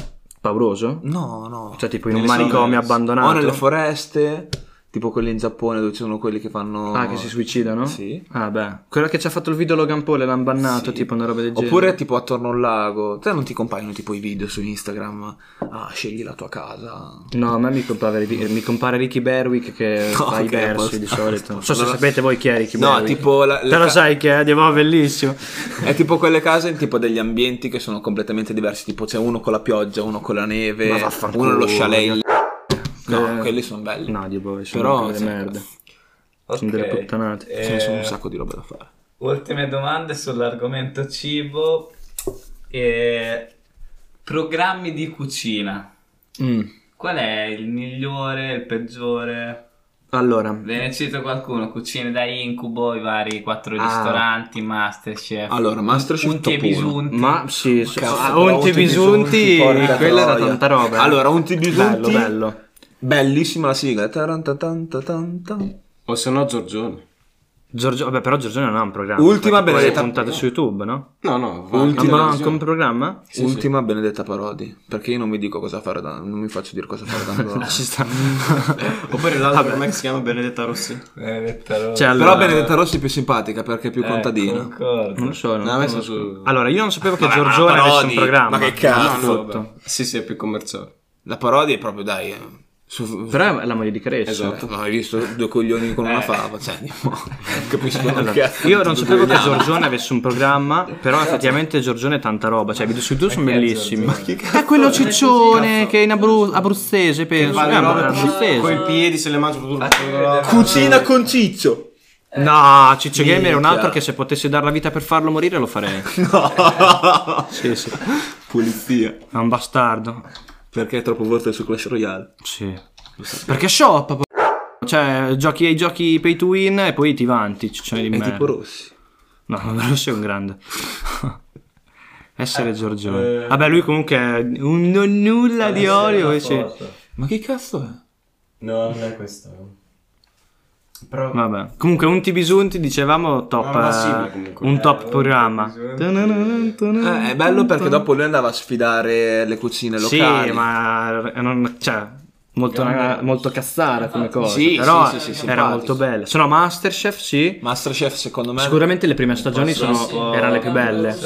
Speaker 6: Pauroso?
Speaker 7: No, no.
Speaker 6: Cioè, tipo in un
Speaker 3: Nelle
Speaker 6: manicomio
Speaker 3: foreste.
Speaker 6: abbandonato.
Speaker 7: o nelle foreste, tipo quelli in Giappone dove ci sono quelli che fanno
Speaker 6: Ah, che si suicidano?
Speaker 7: Sì.
Speaker 6: Ah, beh. Quello che ci ha fatto il video Logan Paul e l'ha bannato, tipo una roba del genere.
Speaker 7: Oppure tipo attorno a un lago, te non ti compaiono tipo i video su Instagram, ah scegli la tua casa.
Speaker 6: No, a me mi compare, mi compare Ricky Berwick che *laughs*
Speaker 7: No,
Speaker 6: fa i
Speaker 7: che è
Speaker 6: versi di
Speaker 7: abbastanza-
Speaker 6: solito. Non so se
Speaker 7: Allora-
Speaker 6: sapete voi chi è Ricky
Speaker 7: No,
Speaker 6: Berwick.
Speaker 7: tipo la- le
Speaker 6: Te lo
Speaker 7: ca-
Speaker 6: sai che è, Dio, bellissimo.
Speaker 7: È tipo quelle case, tipo degli ambienti che sono completamente diversi, tipo c'è uno con la pioggia, uno con la
Speaker 6: Ma
Speaker 7: neve,
Speaker 6: vaffanculo,
Speaker 7: uno allo chalet. in- No,
Speaker 6: Eh,
Speaker 7: quelli sono belli.
Speaker 6: No, Dio, boh, sono
Speaker 7: Però,
Speaker 6: delle
Speaker 7: cioè,
Speaker 6: merde.
Speaker 4: Ok,
Speaker 6: Sono delle puttanate.
Speaker 4: eh,
Speaker 7: Ce ne sono un sacco di roba da fare.
Speaker 4: Ultime domande sull'argomento cibo. Eh, programmi di cucina.
Speaker 7: Mm.
Speaker 4: Qual è il migliore, il peggiore?
Speaker 6: Allora,
Speaker 4: Ve ne cito qualcuno, cucine da incubo, i vari quattro
Speaker 6: Ah.
Speaker 4: ristoranti, Masterchef.
Speaker 7: Allora, Masterchef
Speaker 4: Unti e
Speaker 7: top uno.
Speaker 4: bisunti.
Speaker 6: ma sì, so,
Speaker 7: Cazzo,
Speaker 6: ah,
Speaker 7: però
Speaker 6: Onti e
Speaker 7: Unti e Bisunti,
Speaker 6: Bisunti,
Speaker 7: porca
Speaker 6: quella era
Speaker 7: troia.
Speaker 6: tanta roba. eh.
Speaker 7: Allora, Unti e Bisunti-
Speaker 6: Bello, bello.
Speaker 7: Bellissima la sigla. Tarantatantatantan.
Speaker 3: O se no Giorgione.
Speaker 6: Giorgio, vabbè, però Giorgione non ha un programma.
Speaker 7: Ultima
Speaker 6: Infatti poi
Speaker 7: benedetta-
Speaker 6: È puntato su YouTube, no?
Speaker 3: No, no, va,
Speaker 7: Ultima-
Speaker 6: Ma
Speaker 3: cambia
Speaker 6: ha anche
Speaker 3: versione.
Speaker 6: un programma?
Speaker 3: Sì, sì.
Speaker 7: Ultima benedetta parodi. Perché io non mi dico cosa fare da. Non mi faccio dire cosa
Speaker 6: *laughs*
Speaker 7: fare da Andorra.
Speaker 6: Ci sta.
Speaker 3: Oppure l'altro com'è che si chiama Benedetta Rossi.
Speaker 4: Eh, Benedetta Rossi.
Speaker 6: Cioè, allora-
Speaker 7: Però Benedetta Rossi è più simpatica perché è più
Speaker 6: Ecco.
Speaker 7: contadina.
Speaker 6: *laughs*
Speaker 4: Ecco,
Speaker 6: Non lo so. non-
Speaker 3: L'ha messa su...
Speaker 6: Allora, io non sapevo che
Speaker 7: Vabbè, ma
Speaker 6: Giorgione avesse un
Speaker 7: Parodi,
Speaker 6: programma.
Speaker 7: ma che cazzo?
Speaker 3: No, vabbè. Sì, sì, è più commerciale.
Speaker 7: La parodia è proprio dai. eh, su-
Speaker 6: Però è la moglie di Crespo.
Speaker 7: Esatto, ma hai visto due coglioni con una fava, cioè, di mo- capisco
Speaker 6: Eh, Allora,
Speaker 7: che cazzo.
Speaker 6: io
Speaker 7: *laughs*
Speaker 6: non sapevo che Giorgione avesse un programma, però effettivamente Giorgione è tanta roba. Cioè, i video su YouTube sono bellissimi. Ma che cazzo? È quello ciccione che è in Abru- abruzzese, penso.
Speaker 3: Fa
Speaker 6: Eh,
Speaker 3: le
Speaker 6: ma
Speaker 3: robe
Speaker 6: è abruzzese.
Speaker 3: coi piedi se le mangia
Speaker 7: Cucina con Ciccio.
Speaker 6: No, Ciccio Gamer è un
Speaker 7: minchia.
Speaker 6: altro che se potessi dare la vita per farlo morire lo farei.
Speaker 7: No.
Speaker 6: sì, sì.
Speaker 7: Pulizia.
Speaker 6: È un bastardo.
Speaker 7: Perché è troppo forte su Clash Royale?
Speaker 6: Sì. Perché shoppa, po- Cioè, giochi ai giochi pay to win e poi ti vanti, ciccione di
Speaker 7: È
Speaker 6: merda.
Speaker 7: tipo Rossi.
Speaker 6: No, *laughs* ma lo sei un grande.
Speaker 3: Eh,
Speaker 6: Essere Giorgione. Vabbè, lui comunque è un non nulla di olio. invece-
Speaker 7: Ma che cazzo è?
Speaker 3: No, non è questo. Però
Speaker 6: Vabbè. Comunque, un Tibisunti dicevamo top.
Speaker 3: Ma- Ah, ma sì,
Speaker 6: eh,
Speaker 3: comunque.
Speaker 6: un top programma.
Speaker 7: Eh, è bello perché dopo lui andava a sfidare le cucine
Speaker 6: Sì,
Speaker 7: locali.
Speaker 6: ma non- cioè, molto, molto cazzara
Speaker 3: Ah,
Speaker 6: come cosa.
Speaker 7: Sì,
Speaker 6: però
Speaker 7: sì, sì, sì,
Speaker 6: era
Speaker 7: simpatico.
Speaker 6: molto bella. Sono Masterchef, sì.
Speaker 7: Masterchef secondo me
Speaker 6: Sicuramente le prime stagioni sono- erano le più belle.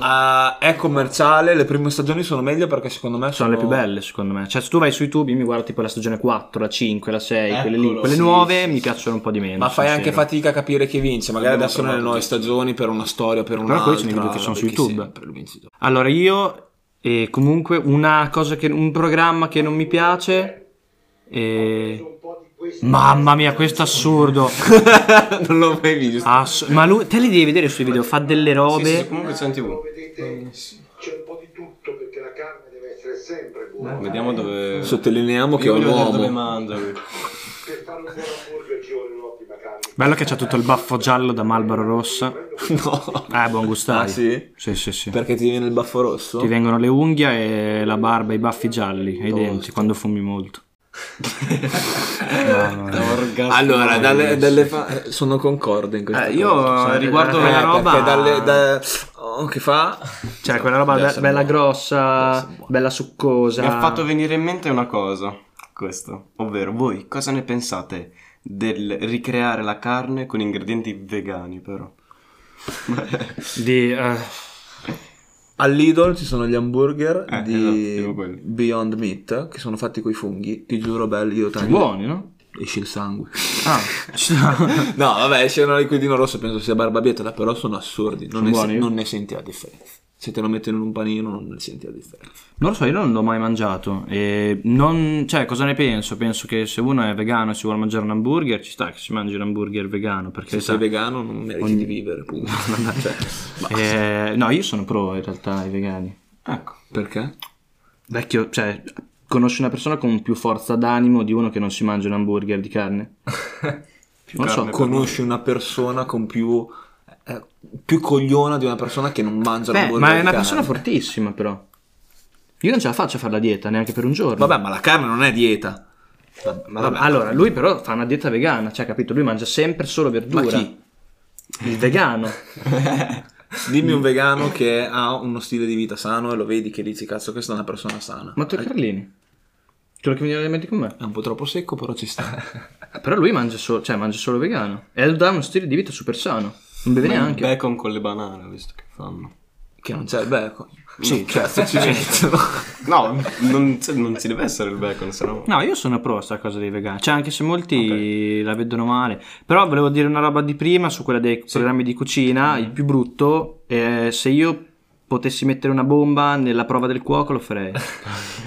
Speaker 7: ah, è commerciale, le prime stagioni sono meglio perché secondo me
Speaker 6: Sono le più belle, secondo me. Cioè, se tu vai su YouTube, io mi guardo tipo la stagione 4, la 5, la 6, quelle lì.
Speaker 3: Eccolo,
Speaker 6: Quelle
Speaker 3: sì,
Speaker 6: nuove mi piacciono un po' di meno.
Speaker 7: Ma fai anche
Speaker 6: sincero.
Speaker 7: fatica a capire chi vince, magari
Speaker 3: Abbiamo
Speaker 7: adesso nelle
Speaker 3: trovato
Speaker 7: nuove stagioni per una storia, per un'altra.
Speaker 6: Però quelli sono i video che sono su
Speaker 7: perché
Speaker 6: YouTube.
Speaker 7: sempre il vincitore.
Speaker 6: Allora, io eh, comunque una cosa che un programma che non mi piace eh, Mamma mia, questo è
Speaker 3: *laughs*
Speaker 6: assurdo.
Speaker 7: *laughs*
Speaker 3: non l'ho mai visto.
Speaker 6: Ass- ma lui te li devi vedere sui video, fa delle robe.
Speaker 3: Sì, sì, comunque c'è in TV.
Speaker 9: Vedete, c'è un po' di tutto perché la carne deve essere sempre buona.
Speaker 3: Vediamo dove
Speaker 7: *laughs* Sottolineiamo che è
Speaker 3: Io
Speaker 7: un
Speaker 3: voglio vedere dove
Speaker 7: uomo.
Speaker 3: mangia lui.
Speaker 9: Per fare un buon hamburger ci vuole un'ottima carne.
Speaker 6: Bello che c'ha tutto il baffo giallo da Marlboro Rossa.
Speaker 7: *laughs* No.
Speaker 6: Eh, buon gustare.
Speaker 7: Ah, sì?
Speaker 6: Sì, sì, sì.
Speaker 7: Perché ti viene il baffo rosso? *laughs*
Speaker 6: Ti vengono le unghie e la barba, i baffi gialli, e i denti, quando fumi molto.
Speaker 7: Allora, dalle, dalle fa- Eh, sono concorde in Cioè, questo.
Speaker 3: Eh, io riguardo la
Speaker 6: quella
Speaker 3: roba.
Speaker 6: roba-
Speaker 7: eh, dalle, da- oh, che fa?
Speaker 6: Cioè, quella roba
Speaker 7: Deve
Speaker 6: be-
Speaker 7: essere
Speaker 6: bella
Speaker 7: buono.
Speaker 6: grossa, bella succosa.
Speaker 3: Mi ha fatto venire in mente una cosa, questo, ovvero voi cosa ne pensate del ricreare la carne con ingredienti vegani però?
Speaker 6: Di, eh,
Speaker 7: All'Idol ci sono gli hamburger
Speaker 3: Eh,
Speaker 7: di
Speaker 3: esatto, tipo quelli.
Speaker 7: Beyond Meat che sono fatti coi funghi. Ti giuro, belli, io taglio.
Speaker 6: buoni, no?
Speaker 7: Esce il
Speaker 6: *laughs*
Speaker 7: sangue.
Speaker 6: Ah,
Speaker 7: No, vabbè, se un liquidino rosso penso sia barbabietola, però sono assurdi, non,
Speaker 6: Sono
Speaker 7: ne,
Speaker 6: buoni?
Speaker 7: non ne senti la differenza. Se te lo mettono in un panino non ne senti la differenza.
Speaker 6: non lo so, io non l'ho mai mangiato. E non, cioè, cosa ne penso? Penso che se uno è vegano e si vuole mangiare un hamburger, ci sta che si mangi un hamburger vegano. Perché eh,
Speaker 7: Se sei vegano non meriti di vivere,
Speaker 6: *laughs*
Speaker 7: punto. Cioè, basta.
Speaker 6: no, io sono pro in realtà ai vegani.
Speaker 3: Ecco,
Speaker 7: Perché?
Speaker 6: Vecchio, cioè, conosci una persona con più forza d'animo di uno che non si mangia un hamburger di carne? non
Speaker 3: carne
Speaker 6: so,
Speaker 3: per-
Speaker 7: Conosci una persona con più... eh, più cogliona di una persona che non mangia
Speaker 6: Beh,
Speaker 7: l'hamburger
Speaker 6: ma è
Speaker 7: di
Speaker 6: una
Speaker 7: carne.
Speaker 6: persona fortissima, però. Io non ce la faccio a fare la dieta neanche per un giorno.
Speaker 7: Vabbè, ma la carne non è dieta. Vabbè, ma vabbè.
Speaker 6: Allora, lui però fa una dieta vegana, cioè, capito? Lui mangia sempre solo verdura.
Speaker 7: Ma chi? *laughs*
Speaker 6: Il vegano.
Speaker 7: Dimmi un vegano che ha uno stile di vita sano e lo vedi che dici cazzo questa è una persona sana.
Speaker 6: Matteo Carlini. Quello che mi viene in mente con me.
Speaker 7: È un po' troppo secco però *laughs* ci sta.
Speaker 6: Però lui mangia solo, cioè, mangia solo vegano. E ha uno stile di vita super sano. Non beve neanche.
Speaker 3: bacon con le banane, ho visto che fanno.
Speaker 7: che non c'è il bacon. Sì, certo,
Speaker 6: *laughs*
Speaker 7: ci mettono.
Speaker 3: No, non, c'è- non ci deve essere il bacon, sennò...
Speaker 6: No, io sono pro a sta cosa dei vegani, cioè anche se molti la vedono male, però volevo dire una roba di prima su quella dei programmi di cucina, il più brutto, eh, se io potessi mettere una bomba nella prova del cuoco
Speaker 7: *laughs*
Speaker 6: lo farei.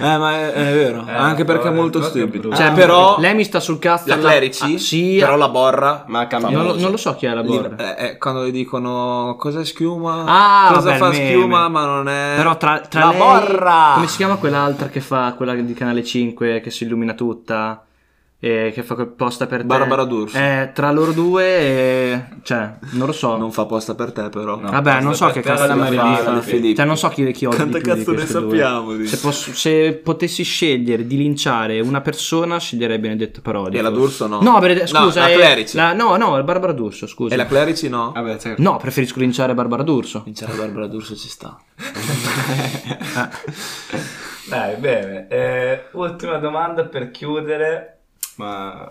Speaker 7: Eh, ma è, è vero, anche perché è molto stupido.
Speaker 6: Cioè,
Speaker 7: Cioè, però
Speaker 6: lei mi sta sul cazzo.
Speaker 7: la
Speaker 6: alla-
Speaker 7: Clerici,
Speaker 6: ah, sì,
Speaker 7: però la borra
Speaker 3: Ma cambia
Speaker 6: non, lo,
Speaker 3: voce.
Speaker 6: non lo so chi è la
Speaker 7: lì-
Speaker 6: borra.
Speaker 7: eh, eh, quando le dicono cosa è schiuma,
Speaker 6: Ah,
Speaker 7: cosa
Speaker 6: vabbè,
Speaker 7: fa
Speaker 6: il meme.
Speaker 7: schiuma, ma non è
Speaker 6: Però tra, tra
Speaker 7: Eh, la
Speaker 6: lei-
Speaker 7: borra.
Speaker 6: Come si chiama quell'altra che fa quella di Canale 5 che si illumina tutta? eh, che fa quel posta per te.
Speaker 7: Barbara D'Urso.
Speaker 6: Eh, tra loro due, eh, cioè, non lo so.
Speaker 7: Non fa posta per te, però.
Speaker 4: No.
Speaker 6: Vabbè, non so
Speaker 4: Posta
Speaker 6: che
Speaker 4: per te
Speaker 6: cazzo
Speaker 4: la
Speaker 6: di
Speaker 4: Maria
Speaker 6: fa.
Speaker 7: Di Filippo.
Speaker 6: Cioè, non so chi, chi odio di
Speaker 7: Quanto
Speaker 6: più di
Speaker 7: cazzo ne
Speaker 6: queste due.
Speaker 7: sappiamo? di- *laughs*
Speaker 6: Se, posso- se potessi scegliere di linciare una persona, sceglierei Benedetto Parodi.
Speaker 7: E la D'Urso no?
Speaker 6: No, Benede-
Speaker 7: No,
Speaker 6: scusa.
Speaker 7: la
Speaker 6: è-
Speaker 7: Clerici.
Speaker 6: la- no, no, è Barbara D'Urso, scusa.
Speaker 7: E la Clerici no?
Speaker 3: Vabbè, certo.
Speaker 6: No, preferisco linciare Barbara D'Urso.
Speaker 7: Vincere la Barbara D'Urso ci sta.
Speaker 4: *laughs* Dai, bene. Eh, ultima domanda per chiudere.
Speaker 3: Ma...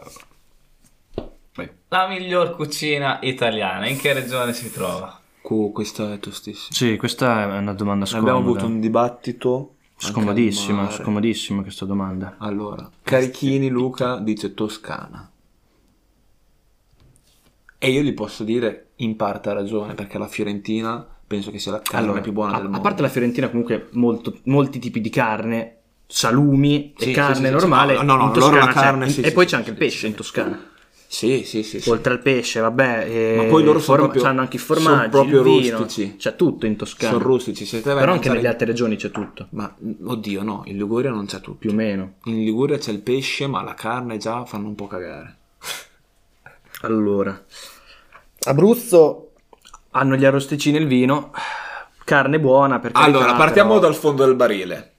Speaker 3: Vai.
Speaker 4: La miglior cucina italiana, in che regione si trova?
Speaker 7: Cu- questa è tostissima.
Speaker 6: Sì, questa è una domanda scomoda.
Speaker 7: Abbiamo avuto un dibattito. anche al
Speaker 6: Scomodissima,
Speaker 7: mare.
Speaker 6: scomodissima questa domanda.
Speaker 7: Allora, Carichini Luca dice Toscana. E io gli posso dire in parte ha ragione, perché la Fiorentina penso che sia la carne più buona
Speaker 6: a,
Speaker 7: del
Speaker 6: a
Speaker 7: mondo.
Speaker 6: parte la Fiorentina, comunque molto- molti tipi di carne, salumi
Speaker 7: Sì,
Speaker 6: e carne
Speaker 7: sì, sì,
Speaker 6: normale.
Speaker 7: sì. No, no,
Speaker 6: in
Speaker 7: no,
Speaker 6: Toscana
Speaker 7: loro la
Speaker 6: c'è.
Speaker 7: carne, sì,
Speaker 6: e
Speaker 7: sì,
Speaker 6: poi
Speaker 7: sì,
Speaker 6: c'è anche il
Speaker 7: sì,
Speaker 6: pesce
Speaker 7: sì.
Speaker 6: in Toscana.
Speaker 7: Sì, sì, sì. sì.
Speaker 6: Oltre al pesce, vabbè, e
Speaker 7: Ma poi loro sono
Speaker 6: forma-
Speaker 7: proprio-
Speaker 6: c'hanno anche i formaggi,
Speaker 7: sono proprio
Speaker 6: il vino,
Speaker 7: rustici.
Speaker 6: c'è tutto in Toscana.
Speaker 7: Sono rustici, se te vai a
Speaker 6: Però anche
Speaker 7: mangiare-
Speaker 6: nelle altre regioni c'è tutto,
Speaker 7: Ma oddio, no, in Liguria non c'è tutto.
Speaker 6: più o meno.
Speaker 7: In Liguria c'è il pesce, ma la carne già fanno un po' cagare.
Speaker 6: Allora, Abruzzo hanno gli arrosticini e il vino, carne buona perché
Speaker 7: Allora, partiamo dal fondo del barile.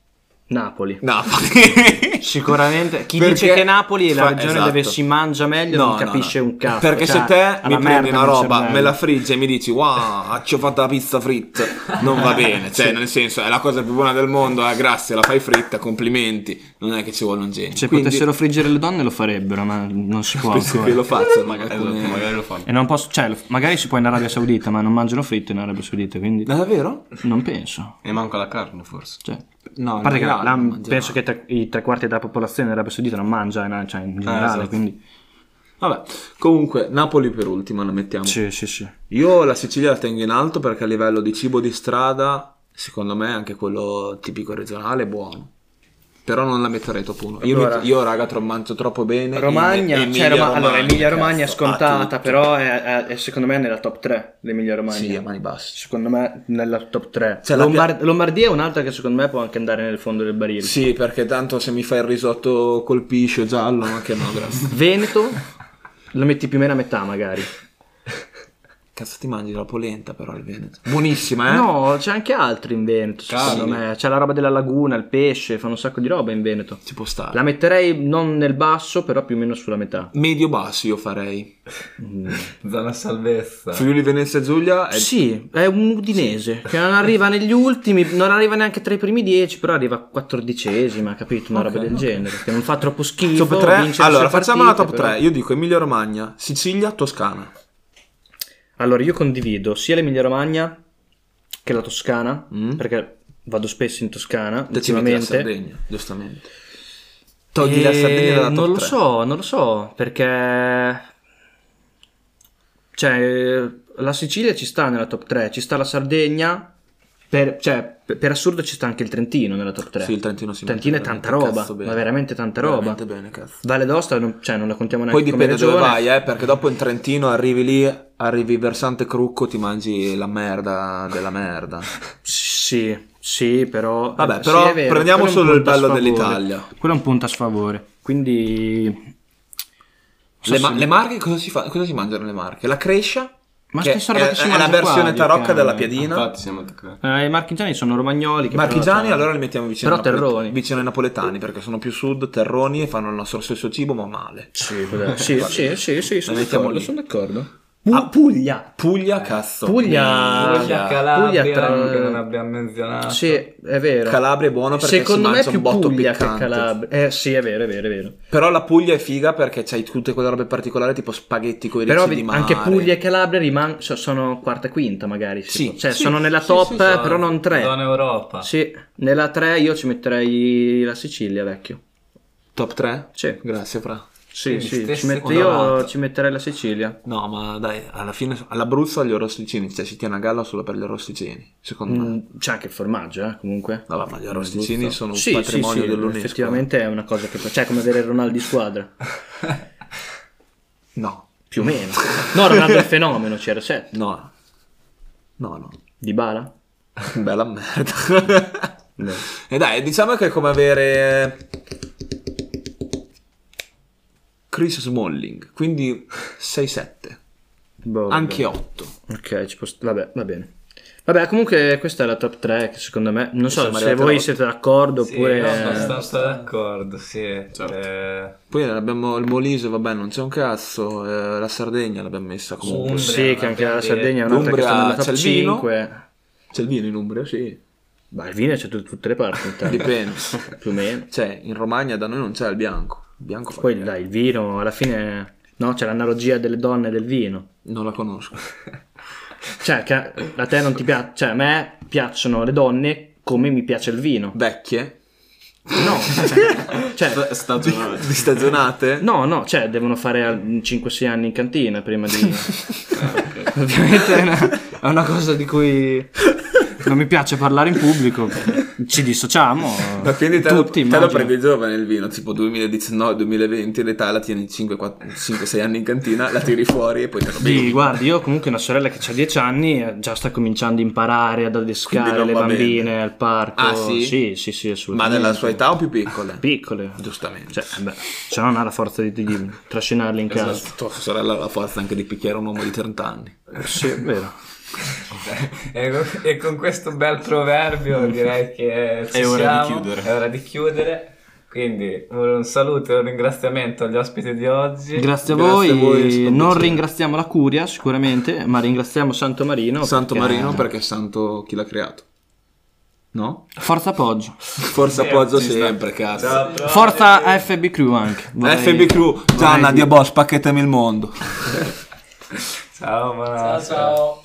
Speaker 6: Napoli.
Speaker 7: Napoli.
Speaker 6: Sicuramente chi
Speaker 7: Perché-
Speaker 6: dice che Napoli è la
Speaker 7: fa-
Speaker 6: regione
Speaker 7: esatto.
Speaker 6: dove si mangia meglio
Speaker 7: No,
Speaker 6: non
Speaker 7: no,
Speaker 6: capisce
Speaker 7: no.
Speaker 6: un cazzo.
Speaker 7: Perché
Speaker 6: cioè,
Speaker 7: se te
Speaker 6: alla
Speaker 7: mi prendi
Speaker 6: merda
Speaker 7: una
Speaker 6: nel
Speaker 7: roba,
Speaker 6: cervello.
Speaker 7: me la friggi e mi dici wow, ci ho fatto la pizza fritta, non va bene. Cioè, nel senso, è la cosa più buona del mondo, eh, grazie, la fai fritta, complimenti. Non è che ci vuole un genio.
Speaker 6: Se
Speaker 7: Quindi,
Speaker 6: potessero friggere le donne lo farebbero, ma
Speaker 7: *laughs*
Speaker 6: non si può
Speaker 7: penso
Speaker 6: ancora.
Speaker 7: che lo faccio, magari.
Speaker 3: Esatto,
Speaker 7: alcune-
Speaker 3: magari lo fanno.
Speaker 6: E non posso, cioè, lo- magari si può in Arabia Saudita, ma non mangiano fritto in Arabia Saudita, quindi
Speaker 7: Ma davvero?
Speaker 6: non penso.
Speaker 3: E manca la carne, forse.
Speaker 6: Cioè,
Speaker 7: No,
Speaker 6: a parte che
Speaker 7: no,
Speaker 6: la-
Speaker 7: no,
Speaker 6: penso che tre- i tre quarti della popolazione in Arabia Saudita non mangia, in- cioè,
Speaker 7: Eh,
Speaker 6: in generale,
Speaker 3: esatto.
Speaker 6: quindi...
Speaker 7: Vabbè, comunque, Napoli per ultima la mettiamo.
Speaker 6: Sì, sì, sì.
Speaker 7: Io la Sicilia la tengo in alto perché a livello di cibo di strada, secondo me anche quello tipico regionale è buono. Però non la metterei top 1. Io,
Speaker 6: Allora.
Speaker 7: mi- io, raga, tro- mangio troppo bene.
Speaker 6: Romagna,
Speaker 7: in-
Speaker 6: cioè, Roma- allora Emilia Romagna è
Speaker 7: cazzo, a
Speaker 6: scontata,
Speaker 7: tutto.
Speaker 6: però è, è- è secondo me nella top 3 l'Emilia Romagna.
Speaker 7: Sì, a mani basse.
Speaker 6: Secondo me nella top 3.
Speaker 7: Cioè, la
Speaker 6: Lombar- Lombardia è un'altra che secondo me può anche andare nel fondo del barile.
Speaker 7: Sì, perché tanto se mi fai il risotto col piscio giallo, ma
Speaker 3: *laughs*
Speaker 7: che no, grazie.
Speaker 6: Veneto lo metti più o meno a metà magari.
Speaker 7: Cazzo ti mangi la polenta però al Veneto. Buonissima, eh?
Speaker 6: No, c'è anche altro in Veneto, secondo
Speaker 7: Cavoli.
Speaker 6: me. C'è la roba della laguna, il pesce, fanno un sacco di roba in Veneto.
Speaker 7: Ci può stare.
Speaker 6: La metterei non nel basso, però più o meno sulla metà.
Speaker 7: Medio basso io farei.
Speaker 4: Zona salvezza.
Speaker 7: Friuli Venezia Giulia è
Speaker 6: Sì, è un udinese che non arriva negli ultimi, non arriva neanche tra i primi dieci, però arriva quattordicesima, capito? Una roba del genere. Che non fa troppo schifo.
Speaker 7: Top 3?
Speaker 6: vince le
Speaker 7: Allora,
Speaker 6: sue
Speaker 7: facciamo la top
Speaker 6: partite,
Speaker 7: 3.
Speaker 6: però-
Speaker 7: Io dico Emilia Romagna, Sicilia, Toscana.
Speaker 6: Allora, io condivido sia l'Emilia Romagna che la Toscana,
Speaker 7: Mm.
Speaker 6: perché vado spesso in Toscana
Speaker 7: Te ci metti la
Speaker 6: ultimamente.
Speaker 7: Sardegna, giustamente. Togli la Sardegna dalla top
Speaker 6: Eh, Non lo
Speaker 7: tre.
Speaker 6: so, non lo so, perché... Cioè, la Sicilia ci sta nella top 3, ci sta la Sardegna, per, cioè, per- per assurdo ci sta anche il Trentino nella top 3.
Speaker 7: Sì, il Trentino si
Speaker 6: Trentino è
Speaker 7: mette
Speaker 6: tanta
Speaker 7: veramente
Speaker 6: roba,
Speaker 7: cazzo bene.
Speaker 6: ma veramente tanta roba.
Speaker 7: Veramente bene, cazzo.
Speaker 6: Valle d'Aosta non, cioè, non la contiamo neanche
Speaker 7: Poi dipende
Speaker 6: come
Speaker 7: dove
Speaker 6: regione.
Speaker 7: vai, eh, perché dopo in Trentino arrivi lì, arrivi versante Crucco, ti mangi la merda della
Speaker 6: *laughs*
Speaker 7: merda.
Speaker 6: Sì, sì, però.
Speaker 7: eh. Vabbè,
Speaker 6: eh,
Speaker 7: però
Speaker 6: sì, è vero,
Speaker 7: prendiamo
Speaker 6: quello è un
Speaker 7: solo il
Speaker 6: punto a
Speaker 7: bello
Speaker 6: sfavore.
Speaker 7: dell'Italia.
Speaker 6: Quello è un punto a sfavore. Quindi. non so
Speaker 7: le,
Speaker 6: se-
Speaker 7: ma- le marche cosa si, fa- cosa si mangiano le marche? La crescia?
Speaker 6: Ma
Speaker 7: che
Speaker 6: stessa roba
Speaker 7: è,
Speaker 6: che si
Speaker 7: è la
Speaker 6: mangia qua,
Speaker 7: versione
Speaker 6: Dio
Speaker 7: tarocca
Speaker 6: cavolo.
Speaker 7: della piadina.
Speaker 3: Infatti siamo attaccati.
Speaker 6: Eh, I marchigiani sono romagnoli. Che
Speaker 7: Marchigiani
Speaker 6: però-
Speaker 7: allora li mettiamo vicino,
Speaker 6: Però
Speaker 7: ai napole-
Speaker 6: terroni.
Speaker 7: vicino ai napoletani perché sono più sud, terroni e fanno il nostro stesso cibo ma male.
Speaker 6: Sì, cos'è? sì, sì, sì, sì, sono
Speaker 7: La mettiamo
Speaker 6: d'accordo.
Speaker 7: lì. Ah.
Speaker 6: Sono d'accordo. Pu- Puglia.
Speaker 7: Puglia, cazzo.
Speaker 6: Puglia.
Speaker 4: Puglia, Calabria,
Speaker 6: Puglia tra-
Speaker 4: che non abbiamo menzionato.
Speaker 6: Sì, è vero.
Speaker 7: Calabria è buono perché si
Speaker 6: Secondo me
Speaker 7: mangia
Speaker 6: è più
Speaker 7: un botto
Speaker 6: Puglia
Speaker 7: piccante.
Speaker 6: che Calabria. Eh, sì, è vero, è vero, è vero.
Speaker 7: Però la Puglia è figa perché c'hai tutte quelle robe particolari tipo spaghetti con i
Speaker 6: Però
Speaker 7: ricci di
Speaker 6: vi-
Speaker 7: mare.
Speaker 6: anche Puglia e Calabria riman- so- sono quarta e quinta, magari. si
Speaker 7: Sì,
Speaker 6: può- cioè,
Speaker 7: sì,
Speaker 6: sono nella
Speaker 7: sì,
Speaker 6: top,
Speaker 7: sì, sì.
Speaker 6: però non tre.
Speaker 4: Zona Europa.
Speaker 6: Sì, nella 3 io ci metterei la Sicilia, vecchio.
Speaker 7: Top 3?
Speaker 6: Sì.
Speaker 7: Grazie, Fra.
Speaker 6: Sì,
Speaker 4: Quindi
Speaker 6: sì,
Speaker 4: stesse
Speaker 6: ci metto-
Speaker 4: con
Speaker 6: io
Speaker 4: Donato.
Speaker 6: ci metterei la Sicilia.
Speaker 7: No, ma dai, alla fine all'Abruzzo agli arrosticini, cioè si tiene a galla solo per gli arrosticini, secondo me.
Speaker 6: Mm, C'è anche il formaggio, eh, comunque.
Speaker 7: Ah. Vabbè, ma gli arrosticini sono un
Speaker 6: Sì, sì,
Speaker 7: patrimonio
Speaker 6: sì,
Speaker 7: dell'UNESCO.
Speaker 6: effettivamente è una cosa che... Cioè, come avere il Ronaldo di squadra,
Speaker 7: No,
Speaker 6: più o meno. No, Ronaldo è il fenomeno, c'era 7.
Speaker 7: no. No,
Speaker 6: *laughs*
Speaker 7: no.
Speaker 6: Di Bala?
Speaker 7: Bella merda. E dai, diciamo che è come avere Chris Smalling, quindi 6-7,
Speaker 6: Boh,
Speaker 7: anche
Speaker 6: vabbè.
Speaker 7: 8.
Speaker 6: Ok, ci posso... vabbè, va bene. Vabbè, comunque questa è la top 3 che secondo me... Non so
Speaker 7: Siamo
Speaker 6: se
Speaker 7: arrivati
Speaker 6: voi
Speaker 7: alla-
Speaker 6: siete d'accordo
Speaker 4: Sì,
Speaker 6: oppure...
Speaker 4: no, abbastanza d'accordo, sì.
Speaker 3: Certo.
Speaker 4: Eh,
Speaker 7: Poi abbiamo il Molise, vabbè, non c'è un cazzo, eh, la Sardegna l'abbiamo messa comunque.
Speaker 4: Umbria,
Speaker 6: sì, che anche la
Speaker 4: vabbè.
Speaker 6: Sardegna è un'altra che
Speaker 7: L'Umbria
Speaker 6: sta nella
Speaker 7: c'è
Speaker 6: top
Speaker 7: il vino.
Speaker 6: 5.
Speaker 7: C'è il vino in Umbria, sì.
Speaker 6: Ma il vino c'è da tutte le parti in Italia.
Speaker 7: Dipende.
Speaker 6: *laughs* Più o meno.
Speaker 7: cioè, in Romagna da noi non c'è il bianco. Il bianco fa
Speaker 6: Poi
Speaker 7: cagare.
Speaker 6: dai, il vino, alla fine... No, c'è l'analogia delle donne e del vino.
Speaker 7: Non la conosco.
Speaker 6: Cioè, che a te non ti piace... Cioè, a me piacciono le donne come mi piace il vino.
Speaker 7: Vecchie? *laughs*
Speaker 6: No. cioè,
Speaker 3: Sta- stagionale.
Speaker 7: Di stagionate?
Speaker 6: No, no, cioè devono fare al- 5-6 anni in cantina prima
Speaker 7: *laughs*
Speaker 6: di... Ovviamente è una, è una cosa di cui
Speaker 7: *laughs*
Speaker 6: non mi piace parlare in pubblico, ci dissociamo.
Speaker 7: Ma quindi te,
Speaker 6: tutti,
Speaker 7: lo, te lo
Speaker 6: immagino.
Speaker 7: prendi giovane il vino, tipo 2019-2020, l'età la tieni 5-6 anni in cantina, la tiri fuori e poi te lo bevi.
Speaker 6: Sì, guardi, io comunque una sorella che ha 10 anni eh, già sta cominciando a imparare ad adescare
Speaker 7: Quindi non
Speaker 6: le
Speaker 7: va bene.
Speaker 6: bambine al parco.
Speaker 7: Ah, sì?
Speaker 6: Sì, sì, sì,
Speaker 7: Ma
Speaker 6: assolutamente.
Speaker 7: della sua età o più piccole?
Speaker 6: Piccole.
Speaker 7: Giustamente.
Speaker 6: Cioè, beh, se no non ha la forza di, di trascinarle in casa.
Speaker 7: Esatto, Tua sorella ha la forza anche di picchiare un uomo di 30 anni.
Speaker 6: Sì, è vero.
Speaker 4: e, con, e con questo bel proverbio direi che ci
Speaker 3: *laughs* È ora di
Speaker 4: siamo,
Speaker 3: chiudere.
Speaker 4: È ora di chiudere. Quindi un saluto e un ringraziamento agli ospiti di oggi.
Speaker 6: Grazie a
Speaker 7: Grazie
Speaker 6: voi,
Speaker 7: a voi, è stato un
Speaker 6: non
Speaker 7: piacere.
Speaker 6: ringraziamo la Curia sicuramente, ma ringraziamo Santo Marino.
Speaker 7: santo
Speaker 6: perché-
Speaker 7: Marino perché è santo chi l'ha creato. No?
Speaker 6: Forza Poggio.
Speaker 7: Forza Poggio sempre, cazzo.
Speaker 6: Forza FB Crew anche. Vorrei-
Speaker 7: FB Esatto. Crew, Gianna, Diabos, pacchettami il mondo.
Speaker 4: Ciao, buonanotte.
Speaker 5: Ciao ciao.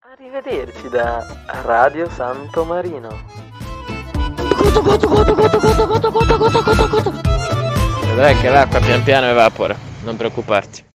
Speaker 2: Arrivederci da Radio Santo Marino.
Speaker 10: Vedrai che l'acqua pian piano evapora, non preoccuparti.